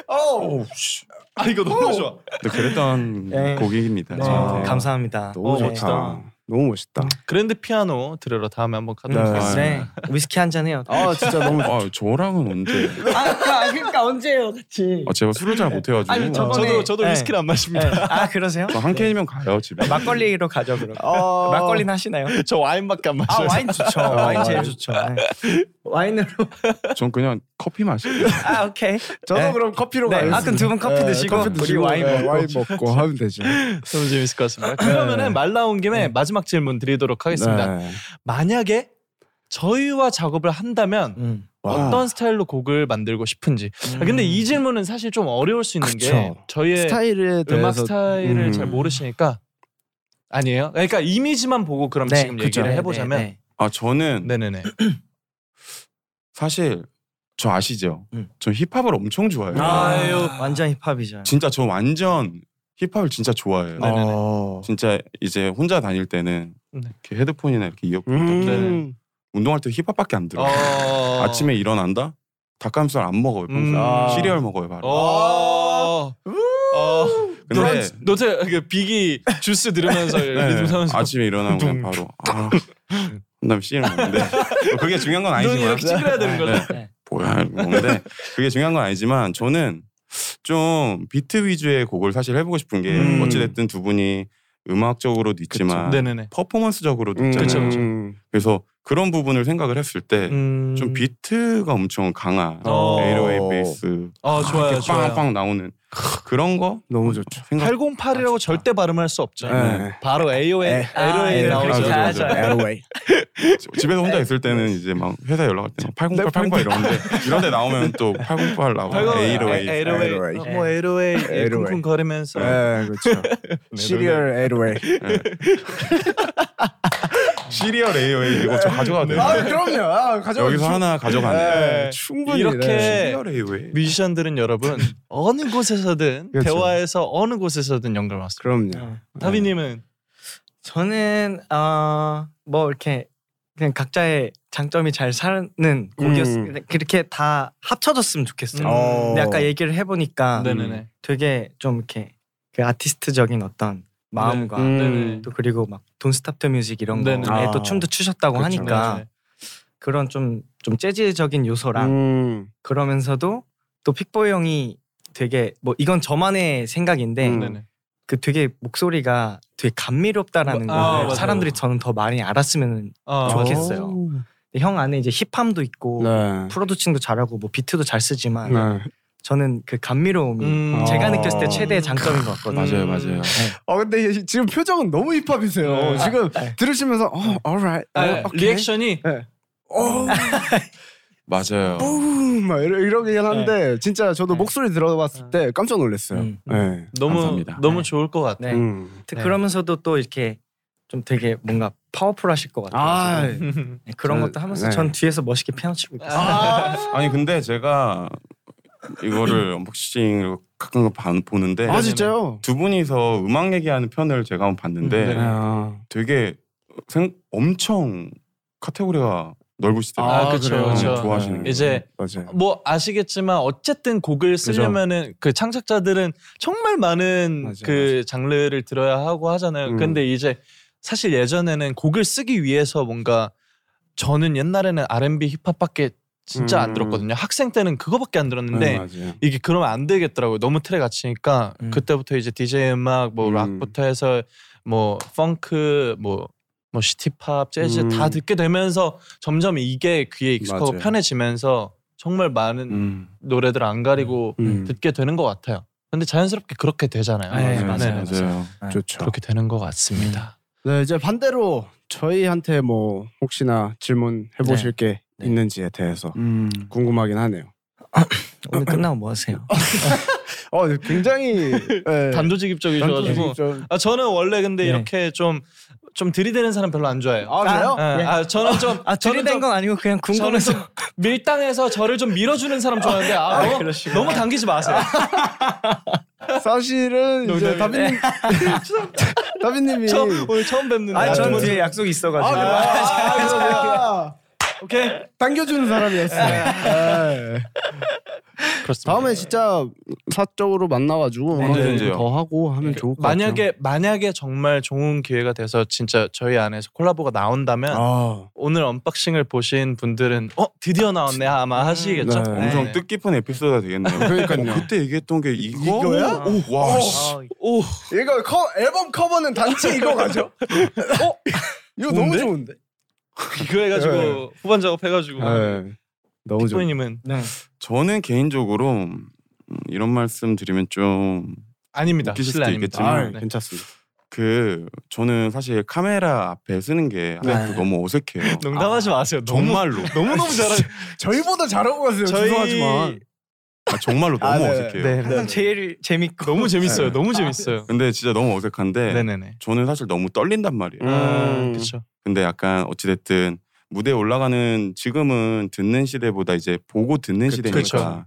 S3: 어우, 씨. 아 이거 너무 좋아.
S4: 근데 그랬던
S2: 네.
S4: 곡입니다.
S3: 아,
S4: 아.
S2: 네.
S4: 저한테.
S2: 감사합니다. 네.
S1: 너무
S3: 어,
S1: 좋다.
S3: 멋지다.
S1: 너무 멋있다.
S3: 그랜드 피아노 들으러 다음에 한번 가도록
S1: 네.
S3: 하겠습니다.
S2: 네. 위스키 한 잔 해요.
S1: 아 진짜 너무
S4: 아, 저랑은 언제?
S2: 아, 그러니까 언제요, 같이?
S4: 아, 제가 술을 잘 못해가지고
S2: 아니, 저번에-
S3: 저도 저도
S2: 네.
S3: 위스키를 안 마십니다.
S2: 아 그러세요? 네,
S4: 저한 캔이면 가요 집에.
S2: 막걸리로 가죠 그럼.
S1: 어...
S2: 막걸리는 하시나요?
S3: 저 아. 와인밖에 안
S2: 아
S3: 마셔요.
S2: 와인 좋죠. 와인 제일
S1: 와인.
S2: 좋죠. 네. 와인으로.
S4: 전 그냥 커피 마시고
S2: 아 오케이.
S1: 저도
S2: 네.
S1: 그럼 커피로
S2: 네,
S1: 가요.
S2: 아, 그럼 두분 커피 드시고 우리 와인 먹고.
S1: 네, 와인 먹고 하면 되죠.
S3: 너무 재밌을 것 같습니다. 그러면은 말 나온 김에 마지막 질문 드리도록 하겠습니다.
S1: 네.
S3: 만약에 저희와 작업을 한다면
S2: 음.
S1: 와.
S3: 어떤 스타일로 곡을 만들고 싶은지. 아, 근데 이 질문은 사실 좀 어려울 수 있는 게
S1: 그쵸.
S3: 저희의
S1: 스타일에
S3: 음악
S1: 대해서
S3: 스타일을
S1: 음.
S3: 잘 모르시니까 아니에요. 그러니까 이미지만 보고
S4: 네,
S3: 그럼 지금
S2: 네, 그죠.
S3: 얘기를 해보자면
S2: 네,
S4: 아 저는
S3: 네네네.
S4: 사실 저 아시죠?
S2: 음.
S4: 저 힙합을 엄청 좋아해요.
S2: 네.
S3: 아유.
S2: 완전 힙합이죠.
S4: 진짜 저 완전 힙합을 진짜 좋아해요.
S3: 네. 네네네.
S1: 어.
S4: 진짜 이제 혼자 다닐 때는
S3: 네.
S4: 이렇게 헤드폰이나 이렇게 이어폰
S1: 음.
S3: 네.
S4: 운동할 때 힙합밖에 안 들어.
S2: 아.
S4: 요
S3: 어.
S4: 아침에 일어난다. 닭가슴살 안 먹어요. 평소에.
S3: 음.
S1: 아.
S4: 시리얼 먹어요 바로.
S3: 어. 어.
S4: 아. 근데
S3: 노트 노트 그 비기 주스 들으면서
S4: 네,
S3: 리듬 타면서
S4: 아침에 일어나면 그냥 바로 아, 그다음에 씨를 먹는데 뭐 그게 중요한 건
S3: 눈
S4: 아니지만
S3: 이렇게 찌그려야 되는 거죠.
S4: 네.
S2: 네.
S4: 뭐야 먹는데 그게 중요한 건 아니지만 저는 좀 비트 위주의 곡을 사실 해보고 싶은 게
S3: 음.
S4: 어찌됐든 두 분이 음악적으로도 있지만
S3: 네네네.
S4: 퍼포먼스적으로도
S1: 음.
S4: 있잖아요.
S3: 그쵸, 그쵸.
S4: 래서 그런 부분을 생각을 했을 때 좀
S3: 음.
S4: 비트가 엄청 강한
S3: 어.
S4: 808 베이스
S3: 아 좋아요
S4: 이렇게
S3: 좋아요.
S4: 빵빵 나오는 그런 거
S1: 너무 좋죠.
S4: 생각
S3: 808이라고 절대 발음할 수 없죠.
S1: 네.
S3: 바로 AOA
S1: 에.
S3: AOA
S2: 아,
S3: 네, 나오죠.
S4: 그렇죠,
S2: 가야죠.
S4: 그렇죠.
S1: 에어웨이.
S4: 집에서 혼자 있을 때는 이제 막 회사 연락할 때는 808, 808 이러는데 이런 데 나오면 또 808 나오고 808, 808
S1: 808.
S3: 808. 뭐 808
S1: 808.
S3: 쿵쿵 거리면서
S4: 네.
S1: 네, 그렇죠. 시리얼 에어웨이.
S4: 시리얼 AOA 이거 저 가져가도 돼요.
S1: 아 그럼요. 아, 가져.
S4: 여기서 하나 가져가네.
S1: 네, 충분히
S3: 이렇게
S1: 네.
S4: 시리얼 AOA.
S3: 뮤지션들은 여러분 어느 곳에서든
S1: 그렇죠.
S3: 대화에서 어느 곳에서든 연결 마스터.
S2: 네. 음,
S1: 그럼요.
S2: 어.
S3: 다비님은
S2: 저는 어뭐 이렇게 그냥 각자의 장점이 잘 사는 곡이었어요. 그렇게 다 합쳐졌으면 좋겠어요.
S1: 어.
S2: 근데 아까 얘기를 해보니까
S3: 네네네.
S2: 되게 좀 이렇게 그 아티스트적인 어떤 마음과
S1: 음.
S3: 네네.
S2: 또 그리고 막 Don't Stop the Music 이런 거에
S3: 네네. 네,
S1: 아.
S2: 또 춤도 추셨다고
S1: 그쵸.
S2: 하니까
S3: 그렇죠.
S2: 그런 좀 좀 재즈적인 요소랑
S1: 음.
S2: 그러면서도 또 픽보이 형이 되게 뭐 이건 저만의 생각인데
S1: 음.
S3: 네네.
S2: 그 되게 목소리가 되게 감미롭다라는
S3: 아,
S2: 걸
S3: 맞아요.
S2: 사람들이 저는 더 많이 알았으면
S3: 어,
S2: 좋아. 좋겠어요.
S1: 오.
S2: 근데 형 안에 이제 힙함도 있고
S1: 네.
S2: 프로듀싱도 잘하고 뭐 비트도 잘 쓰지만
S1: 네.
S2: 저는 그 감미로움이
S3: 음.
S2: 제가
S1: 아.
S2: 느꼈을 때 최대의 장점인 것 같거든요.
S4: 맞아요, 맞아요.
S1: 어 근데 이- 지금 표정은 너무 힙합이세요.
S3: 네.
S1: 지금 들으시면서 어, alright,
S3: 아,
S1: 어, 오케이.
S3: 리액션이
S1: 어,
S4: 맞아요.
S1: 붐, 막 이러, 이러긴 한데 진짜 저도
S2: 네.
S1: 목소리 들어봤을 때 깜짝 놀랐어요.
S2: 음.
S1: 네.
S3: 너무
S4: 감사합니다.
S3: 너무
S2: 네.
S3: 좋을 것 같아.
S2: 네.
S1: 음.
S2: 트-
S3: 네.
S2: 그러면서도 또 이렇게 좀 되게 뭔가 파워풀하실 것 같아요.
S1: 아,
S2: 지금. 네, 그런
S1: 저-
S2: 것도 하면서
S1: 네.
S2: 전 뒤에서 멋있게 피아노 치고 있어요.
S4: 아니 근데 제가 이거를 언박싱을 가끔 봐- 보는데
S1: 아 진짜요?
S4: 두 분이서 음악 얘기하는 편을 제가 한번 봤는데
S3: 음, 네.
S1: 아,
S4: 되게 생, 엄청 카테고리가 넓으시더라고요.
S3: 아, 그쵸,
S1: 그래요?
S3: 그쵸.
S1: 네.
S4: 좋아하시는 게.
S3: 이제
S1: 맞아요.
S3: 뭐 아시겠지만 어쨌든 곡을 쓰려면은 그 창작자들은 정말 많은
S1: 맞아요,
S3: 그 장르를 들어야 하고 하잖아요.
S4: 음.
S3: 근데 이제 사실 예전에는 곡을 쓰기 위해서 뭔가 저는 옛날에는 R&B 힙합밖에 진짜 안
S1: 음.
S3: 들었거든요. 학생 때는 그거밖에 안 들었는데
S4: 네, 맞아요.
S3: 이게 그러면 안 되겠더라고요. 너무 틀에 갇히니까
S2: 음.
S3: 그때부터 이제 DJ 음악 뭐
S1: 음.
S3: 락부터 해서 뭐 펑크 뭐 뭐 시티팝, 재즈
S1: 음.
S3: 다 듣게 되면서 점점 이게 귀에 익숙하고
S4: 맞아요.
S3: 편해지면서 정말 많은
S4: 음.
S3: 노래들 안 가리고
S1: 음.
S3: 듣게 되는 것 같아요. 근데 자연스럽게 그렇게 되잖아요.
S2: 네, 맞아요,
S3: 네네.
S4: 맞아요.
S1: 좋죠.
S3: 그렇게 되는 것 같습니다.
S1: 네, 이제 반대로 저희한테 뭐 혹시나 질문 해보실 게
S2: 네.
S1: 있는지에 대해서
S4: 음.
S1: 궁금하긴 하네요.
S2: 오늘 끝나고 뭐 하세요?
S1: 어, 굉장히 네.
S3: 단도직입적이셔가지고
S1: 좀-
S3: 아, 저는 원래 근데
S2: 네.
S3: 이렇게 좀 좀 들이대는 사람 별로 안 좋아해요.
S1: 아 그래요?
S3: 예, 아, 저는 좀
S2: 아
S3: 저는
S2: 들이댄
S3: 좀-
S2: 건 아니고 그냥 궁금해서
S3: 저는 좀 밀당해서 저를 좀 밀어주는 사람 좋아하는데 아, 너무, 너무 당기지 마세요.
S1: 사실은 이제 다비님
S3: 농담이네.
S1: 다비님이
S3: 저 오늘 처음 뵙는데.
S2: 아,
S1: 저는
S2: 전
S1: 좀-
S2: 뒤에 약속이
S1: 아,
S2: 있어가지고.
S1: 그래요?
S3: 네.
S1: 아, 그래요?
S3: 오케이. 네.
S1: 당겨주는 사람이었어요. 네.
S3: 그렇습니다.
S1: 다음에 진짜 사적으로 만나가지고
S4: 네.
S1: 언제든지요.
S4: 네.
S1: 더 하고 하면 좋을 것
S3: 그 만약에 만약에 정말 좋은 기회가 돼서 진짜 저희 안에서 콜라보가 나온다면
S1: 같아요. 아,
S3: 오늘 언박싱을 보신 분들은 어 드디어 나왔네 아마 하시겠죠.
S1: 네.
S4: 엄청
S3: 음, 네.
S4: 뜻깊은 에피소드가 되겠네요.
S1: 그러니까요.
S4: 어, 그때 얘기했던 게 이거?
S1: 이거야?
S4: 오,
S2: 아,
S4: 와,
S1: 어.
S4: 씨.
S3: 아, 오
S1: 이거 커, 앨범 커버는 단체 이거 가죠? 어? 이거 너무
S3: 좋은데?
S1: 좋은데?
S3: 이거 해가지고
S1: 네.
S3: 후반 작업 해가지고
S1: 네. 너무 좋.
S3: 픽보이님은
S2: 네.
S4: 저는 개인적으로 음, 이런 말씀 드리면 좀
S3: 아닙니다.
S4: 웃기실
S3: 실례
S4: 수도
S3: 아닙니다.
S4: 있겠지만.
S1: 아,
S3: 네.
S1: 괜찮습니다.
S4: 그 저는 사실 카메라 앞에 쓰는 게
S1: 네.
S4: 아직도 너무 어색해요.
S3: 농담하지 마세요. 너무
S4: 정말로
S3: 너무 너무 잘하.
S1: 저희보다 잘하고 가세요. 죄송하지만.
S4: 아, 정말로
S1: 아,
S4: 너무
S1: 네.
S4: 어색해요.
S2: 항상 제일 재밌고.
S3: 너무 재밌어요.
S4: 네.
S3: 너무 재밌어요.
S4: 근데 진짜 너무 어색한데
S3: 아, 네네네.
S4: 저는 사실 너무 떨린단 말이에요.
S1: 음.
S3: 아, 그렇죠.
S4: 근데 약간 어찌됐든 무대에 올라가는 지금은 듣는 시대보다 이제 보고 듣는
S3: 그-
S4: 시대니까
S3: 그쵸.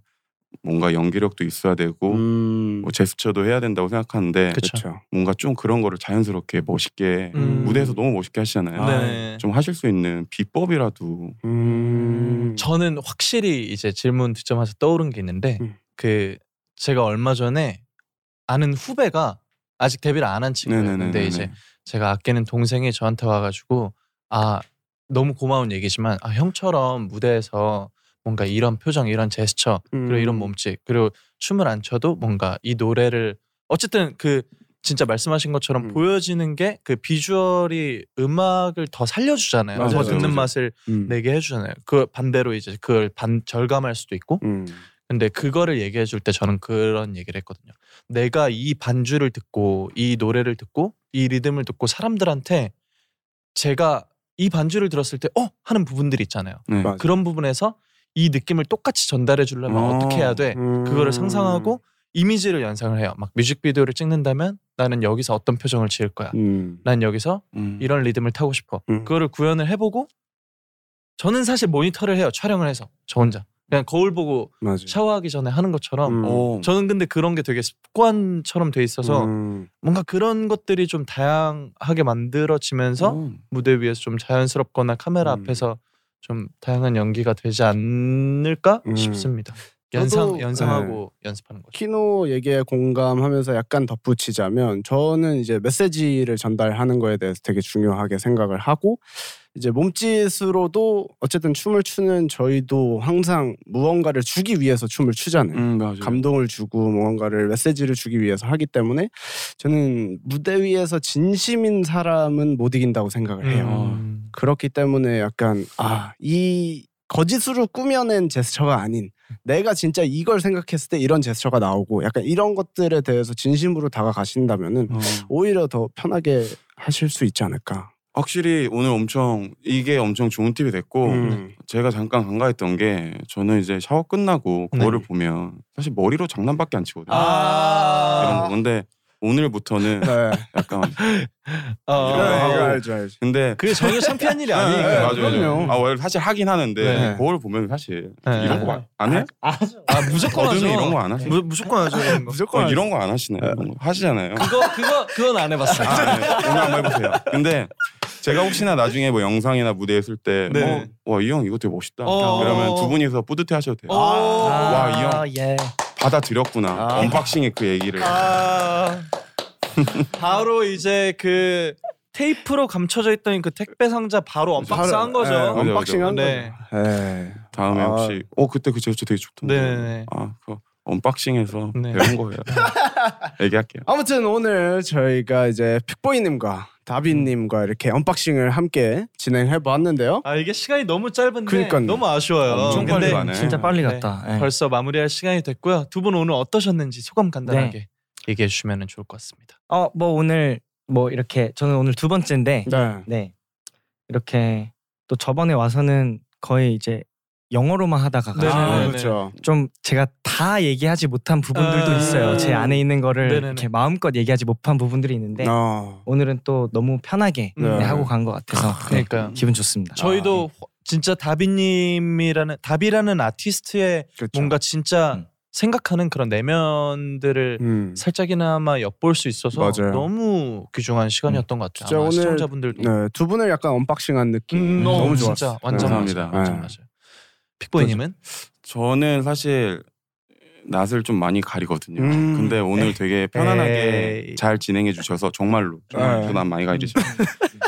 S4: 뭔가 연기력도 있어야 되고
S1: 음,
S4: 뭐 제스처도 해야 된다고 생각하는데
S3: 그쵸.
S1: 그렇죠.
S4: 뭔가 좀 그런 거를 자연스럽게 멋있게
S3: 음.
S4: 무대에서 너무 멋있게 하시잖아요.
S1: 아,
S3: 네.
S4: 좀 하실 수 있는 비법이라도
S1: 음,
S3: 저는 확실히 이제 질문 듣자마자 떠오른 게 있는데
S1: 음.
S3: 그 제가 얼마 전에 아는 후배가 아직 데뷔를 안 한 친구였는데
S4: 네네네네네.
S3: 이제 제가 아끼는 동생이 저한테 와가지고 아 너무 고마운 얘기지만 아 형처럼 무대에서 뭔가 이런 표정 이런 제스처 음. 그리고 이런
S4: 음.
S3: 뭐, 몸짓 그리고 춤을 안 춰도 뭔가 이 노래를 어쨌든 그 진짜 말씀하신 것처럼
S1: 음.
S3: 보여지는 게 그 비주얼이 음악을 더 살려주잖아요
S4: 맞아요,
S3: 더 듣는
S4: 맞아요.
S3: 맛을
S1: 음.
S3: 내게 해주잖아요 그 반대로 이제 그걸 반 절감할 수도 있고
S1: 음.
S3: 근데 그거를 얘기해 줄 때 저는 그런 얘기를 했거든요. 내가 이 반주를 듣고 이 노래를 듣고 이 리듬을 듣고 사람들한테 제가 이 반주를 들었을 때 어 하는 부분들이 있잖아요.
S4: 네.
S1: 맞아. 아,
S3: 그런 부분에서 이 느낌을 똑같이 전달해 주려면
S4: 어,
S3: 어떻게 해야 돼?
S1: 음.
S3: 그거를 상상하고 이미지를 연상을 해요. 막 뮤직비디오를 찍는다면 나는 여기서 어떤 표정을 지을 거야.
S1: 음.
S3: 난 여기서
S4: 음.
S3: 이런 리듬을 타고 싶어.
S1: 음.
S3: 그거를 구현을 해보고 저는 사실 모니터를 해요. 촬영을 해서 저 혼자 그냥 거울 보고
S1: 맞아.
S3: 샤워하기 전에 하는
S1: 음.
S3: 것처럼.
S4: 오.
S3: 저는 근데 그런 게 되게 습관처럼 돼 있어서
S1: 음.
S3: 뭔가 그런 것들이 좀 다양하게 만들어지면서
S4: 음.
S3: 무대 위에서 좀 자연스럽거나 카메라
S1: 음.
S3: 앞에서 좀 다양한 연기가 되지 않을까
S1: 음.
S3: 싶습니다.
S1: 저도-
S3: 연상 연상하고 연습하는 거죠.
S1: 키노 얘기에 공감하면서 약간 덧붙이자면 저는 이제 메시지를 전달하는 거에 대해서 되게 중요하게 생각을 하고 이제 몸짓으로도 어쨌든 춤을 추는 저희도 항상 무언가를 주기 위해서 춤을 추잖아요.
S4: 음, 맞아요.
S1: 감동을 주고 뭔가를 메시지를 주기 위해서 하기 때문에 저는 무대 위에서 진심인 사람은 못 이긴다고 생각을 해요.
S3: 음.
S1: 그렇기 때문에 약간 아 이 거짓으로 꾸며낸 제스처가 아닌 내가 진짜 이걸 생각했을 때 이런 제스처가 나오고 약간 이런 것들에 대해서 진심으로 다가가신다면은
S4: 어.
S1: 오히려 더 편하게 하실 수 있지 않을까.
S4: 확실히 오늘 엄청 이게 엄청 좋은 팁이 됐고
S1: 음.
S4: 제가 잠깐 간과했던 게 저는 이제 샤워 끝나고
S3: 네.
S4: 거울을 보면 사실 머리로 장난밖에 안 치거든요.
S3: 아.
S4: 이런 거. 근데 오늘부터는
S1: 네.
S4: 약간
S3: 어,
S4: 이런 거
S1: 네, 이거
S4: 하고.
S1: 알죠 알죠.
S4: 근데
S3: 그게 전혀 창피한 일이
S4: 네, 네,
S3: 아니니까.
S4: 맞아요.
S1: 그럼요.
S4: 맞아요. 아, 원래 사실 하긴 하는데
S3: 네.
S4: 거울 보면 사실
S3: 네.
S4: 이런 거 안 해?
S3: 아 무조건 하죠.
S4: 어둠이 이런 거 안 하시?
S3: 무, 무조건 하죠. 그런 거.
S1: 무조건
S4: 어, 이런 거 안 하시네. 이런 거 하시잖아요.
S3: 그거 그거 그건 안 해봤어요.
S4: 아, 네. 오늘 한번 해보세요. 근데 제가 혹시나 나중에 뭐 영상이나 무대에 쓸 때,
S3: 네.
S4: 뭐, 와, 이 형 이거 되게 멋있다.
S3: 어.
S4: 그러면 두 분이서 뿌듯해 하셔도 돼요. 아. 와, 이 형.
S2: 예.
S4: 받아들였구나.
S1: 아.
S4: 언박싱의 그 얘기를.
S3: 아, 바로 이제 그 테이프로 감춰져 있던 그 택배 상자 바로 언박싱한
S1: 바로, 예,
S3: 거죠.
S4: 네.
S1: 언박싱한 거.
S3: 네.
S1: 네.
S4: 다음에
S1: 아.
S4: 혹시, 어, 그때 그 제스처 되게 좋던데.
S3: 네네네.
S4: 아, 그 언박싱에서
S3: 네.
S4: 배운 거예요. 얘기할게요.
S1: 아무튼 오늘 저희가 이제 픽보이님과 다빈님과 이렇게 언박싱을 함께 진행해 보았는데요.
S3: 아 이게 시간이 너무 짧은데
S1: 그러니까요.
S3: 너무 아쉬워요.
S4: 엄청
S3: 근데
S4: 빨리 가네.
S2: 진짜 빨리
S3: 네.
S2: 갔다. 예.
S3: 벌써 마무리할 시간이 됐고요. 두 분 오늘 어떠셨는지 소감 간단하게 네. 얘기해 주시면 좋을 것 같습니다.
S2: 어, 뭐 오늘 뭐 이렇게 저는 오늘 두 번째인데
S1: 네.
S2: 네. 이렇게 또 저번에 와서는 거의 이제 영어로만 하다가
S3: 네네네.
S1: 아,
S3: 네네네.
S1: 그렇죠.
S2: 좀 제가 다 얘기하지 못한 부분들도
S3: 음.
S2: 있어요. 제 안에 있는 거를
S3: 네네네.
S2: 이렇게 마음껏 얘기하지 못한 부분들이 있는데
S1: 어.
S2: 오늘은 또 너무 편하게
S3: 네.
S2: 네, 하고 간 것 같아서 네,
S3: 그러니까요.
S2: 기분 좋습니다.
S3: 저희도 호- 진짜 다비님이라는 다비라는 아티스트의
S1: 그렇죠.
S3: 뭔가 진짜
S2: 음.
S3: 생각하는 그런 내면들을
S1: 음.
S3: 살짝이나마 엿볼 수 있어서
S1: 맞아요.
S3: 너무 귀중한 시간이었던 것 같아요.
S1: 진짜
S3: 아마
S1: 오늘-
S3: 시청자분들도
S1: 네, 두 분을 약간 언박싱한 느낌
S3: 음,
S1: 너무 좋았어요.
S3: 진짜 완전
S1: 네.
S4: 감사합니다.
S3: 맞아요. 완전
S1: 네.
S3: 맞아요. 픽보이님은
S4: 저는 사실 낯을 좀 많이 가리거든요.
S1: 음.
S4: 근데 오늘 되게 편안하게
S3: 에이.
S4: 잘 진행해 주셔서 정말로
S1: 네, 에이.
S4: 저난 많이 가리죠.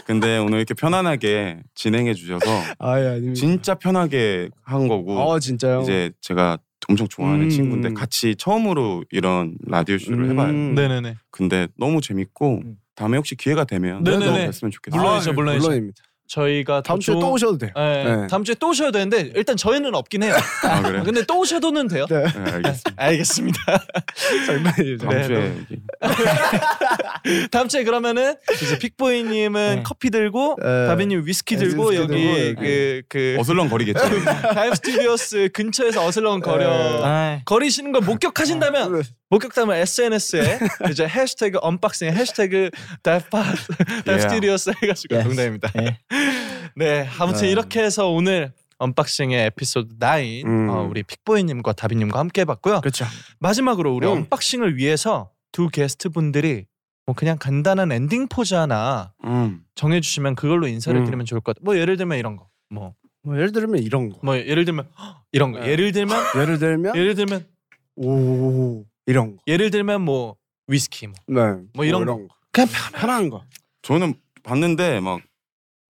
S4: 근데 오늘 이렇게 편안하게 진행해 주셔서
S1: 아예 아닙니다.
S4: 진짜 편하게 한 거고
S1: 어 음. 진짜요?
S4: 뭐 이제 제가 엄청 좋아하는
S1: 음.
S4: 친구인데 같이 처음으로 이런 라디오 쇼를
S1: 음.
S4: 해봐요.
S3: 네네네
S4: 근데 너무 재밌고
S2: 음.
S4: 다음에 혹시 기회가 되면
S3: 네네네.
S4: 또 뵀으면 좋겠어요.
S3: 물론이죠,
S4: 아,
S3: 물론이죠.
S1: 물론입니다.
S3: 저희가 더
S1: 다음 주에
S3: 좋은-
S1: 또 오셔도 돼요.
S3: 예,
S1: 네.
S3: 다음 주에 또 오셔야 되는데 일단 저희는 없긴 해요.
S4: 아, 그래.
S3: 근데 또 오셔도는 돼요.
S1: 네.
S4: 네, 알겠습니다.
S3: 알겠습니다.
S1: 장난이죠.
S4: 다음
S3: 네,
S4: 주에 얘기-
S3: 다음 주에 그러면은 이제 픽보이님은
S2: 네.
S3: 커피 들고
S1: 네.
S3: 다빈님 위스키
S1: 네,
S3: 들고
S1: 위스키
S3: 여기
S1: 들고 여기.
S3: 그그
S4: 어슬렁거리겠죠.
S3: 다이브 스튜디오스 근처에서
S1: 네.
S3: 어슬렁거려
S2: 아,
S3: 거리시는 걸
S1: 어.
S3: 목격하신다면 목격담을 SNS에 이제 해시태그 언박싱 해시태그 다이파 다이브
S4: Yeah.
S3: 스튜디오스 해가지고
S2: Yes.
S3: 농담입니다.
S2: 네.
S3: 네 아무튼
S1: 네.
S3: 이렇게 해서 오늘 언박싱의 에피소드 9
S1: 음.
S3: 어, 우리 픽보이님과 다빈님과 함께 해봤고요.
S1: 그렇죠.
S3: 마지막으로 우리
S1: 음.
S3: 언박싱을 위해서 두 게스트 분들이 뭐 그냥 간단한 엔딩 포즈 하나
S4: 음.
S3: 정해주시면 그걸로 인사를
S1: 음.
S3: 드리면 좋을 것 같아요. 뭐 예를 들면 이런 거. 뭐,
S1: 뭐 예를 들면 이런 거.
S3: 뭐 예를 들면 헉, 이런 거.
S1: 네.
S3: 예를 들면
S1: 예를 들면
S3: 예를 들면
S1: 오 이런 거.
S3: 예를 들면 뭐 위스키 뭐.
S1: 네.
S3: 뭐 이런
S1: 거.
S3: 그냥
S1: 편한 거.
S4: 저는 봤는데 막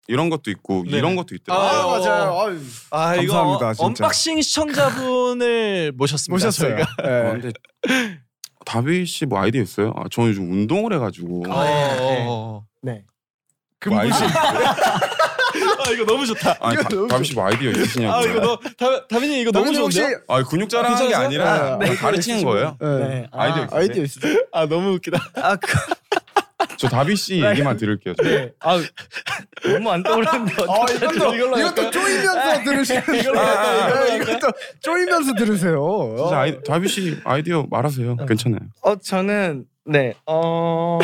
S4: 이런 것도 있고
S3: 네네.
S4: 이런 것도
S1: 아,
S4: 있더라고요.
S3: 어.
S1: 맞아요. 아유,
S3: 아 이거
S1: 감사합니다,
S3: 어-
S1: 진짜.
S3: 언박싱 시청자분을 모셨습니다.
S1: 모셨어요.
S3: 저희가.
S4: 어,
S1: 네.
S4: 근데 다비 씨 뭐 아이디어 있어요? 아, 저는 요즘 운동을 해가지고
S3: 어, 어, 어.
S2: 네.
S1: 그
S4: 뭐 아이디어 있어요?
S3: 아 이거 너무 좋다.
S4: 아니
S1: 이거 너무
S4: 다, 다비 씨 뭐 아이디어 있으시냐고.
S3: 아 이거 너 다- 다빈이 이거 너무
S1: 다빈이 혹시-
S3: 좋은데요?
S4: 아 근육 자랑하는 게
S3: 괜찮으세요?
S4: 아니라
S1: 네.
S4: 그냥 가르치는 거예요.
S1: 네.
S4: 아이디어 있어요?
S1: 아이디어 있어.
S3: 아 너무 웃기다.
S2: 아, 그,
S4: 네. 저 다비 씨 얘기만 들을게요. 저.
S2: 네. 아 너무 안 떠오르는데
S1: 아
S2: 어떡하지?
S1: 이것도
S3: 이걸로
S1: 이것도 쪼이면서 들으시는
S3: 아, 이걸로 할까요? 이걸로
S1: 네, 이것도 쪼이면서 들으세요.
S4: 진짜 아이, 다비 씨 아이디어 말하세요. 괜찮아요.
S2: 어 저는 네. 어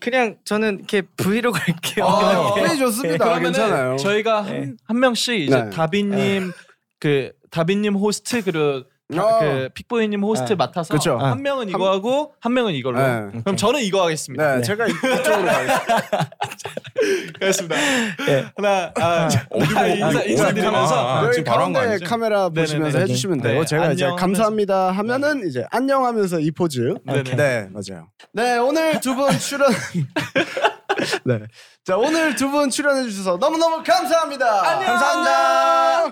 S2: 그냥 저는 이렇게 브이로그 할게요.
S3: 아,
S1: 네, 좋습니다.
S3: 그러면은
S1: 괜찮아요.
S3: 저희가
S2: 네.
S3: 한, 한 명씩 이제
S1: 네.
S3: 다빈님 그 다빈님 호스트 그리고 다-
S1: 어.
S3: 그 픽보이님 호스트
S2: 네.
S3: 맡아서
S1: 그쵸.
S3: 한 명은 이거 하고 한 명은 이걸로. 아,
S1: 네.
S2: 오케이.
S3: 그럼 저는 이거 하겠습니다.
S1: 네, 제가 이쪽으로 가겠습니다.
S3: 알겠습니다.
S2: 예.
S3: 하나, 아,
S4: 어디
S3: 나
S4: 보고
S3: 인사-
S4: 어디
S3: 인사드리면서.
S4: 보고. 아,
S1: 여기
S4: 지금 바로 한거
S1: 가운데
S4: 아니지?
S1: 카메라
S3: 네네네.
S1: 보시면서
S2: 여기.
S1: 해주시면
S3: 네,
S1: 되고 제가 이제
S3: 안녕
S1: 감사합니다 하면은 이제 안녕하면서 이 포즈.
S3: 네네.
S1: 네, 맞아요. 네, 오늘 두 분 출연. 네, 자 오늘 두 분 출연해 주셔서 너무 너무 감사합니다. 감사합니다.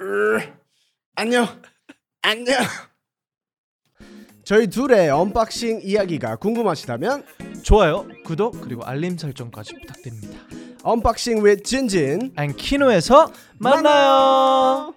S1: 으, 안녕. 안녕. 저희 둘의 언박싱 이야기가 궁금하시다면
S3: 좋아요, 구독 그리고 알림 설정까지 부탁드립니다.
S1: 언박싱 with 진진
S3: 안키노에서 만나요.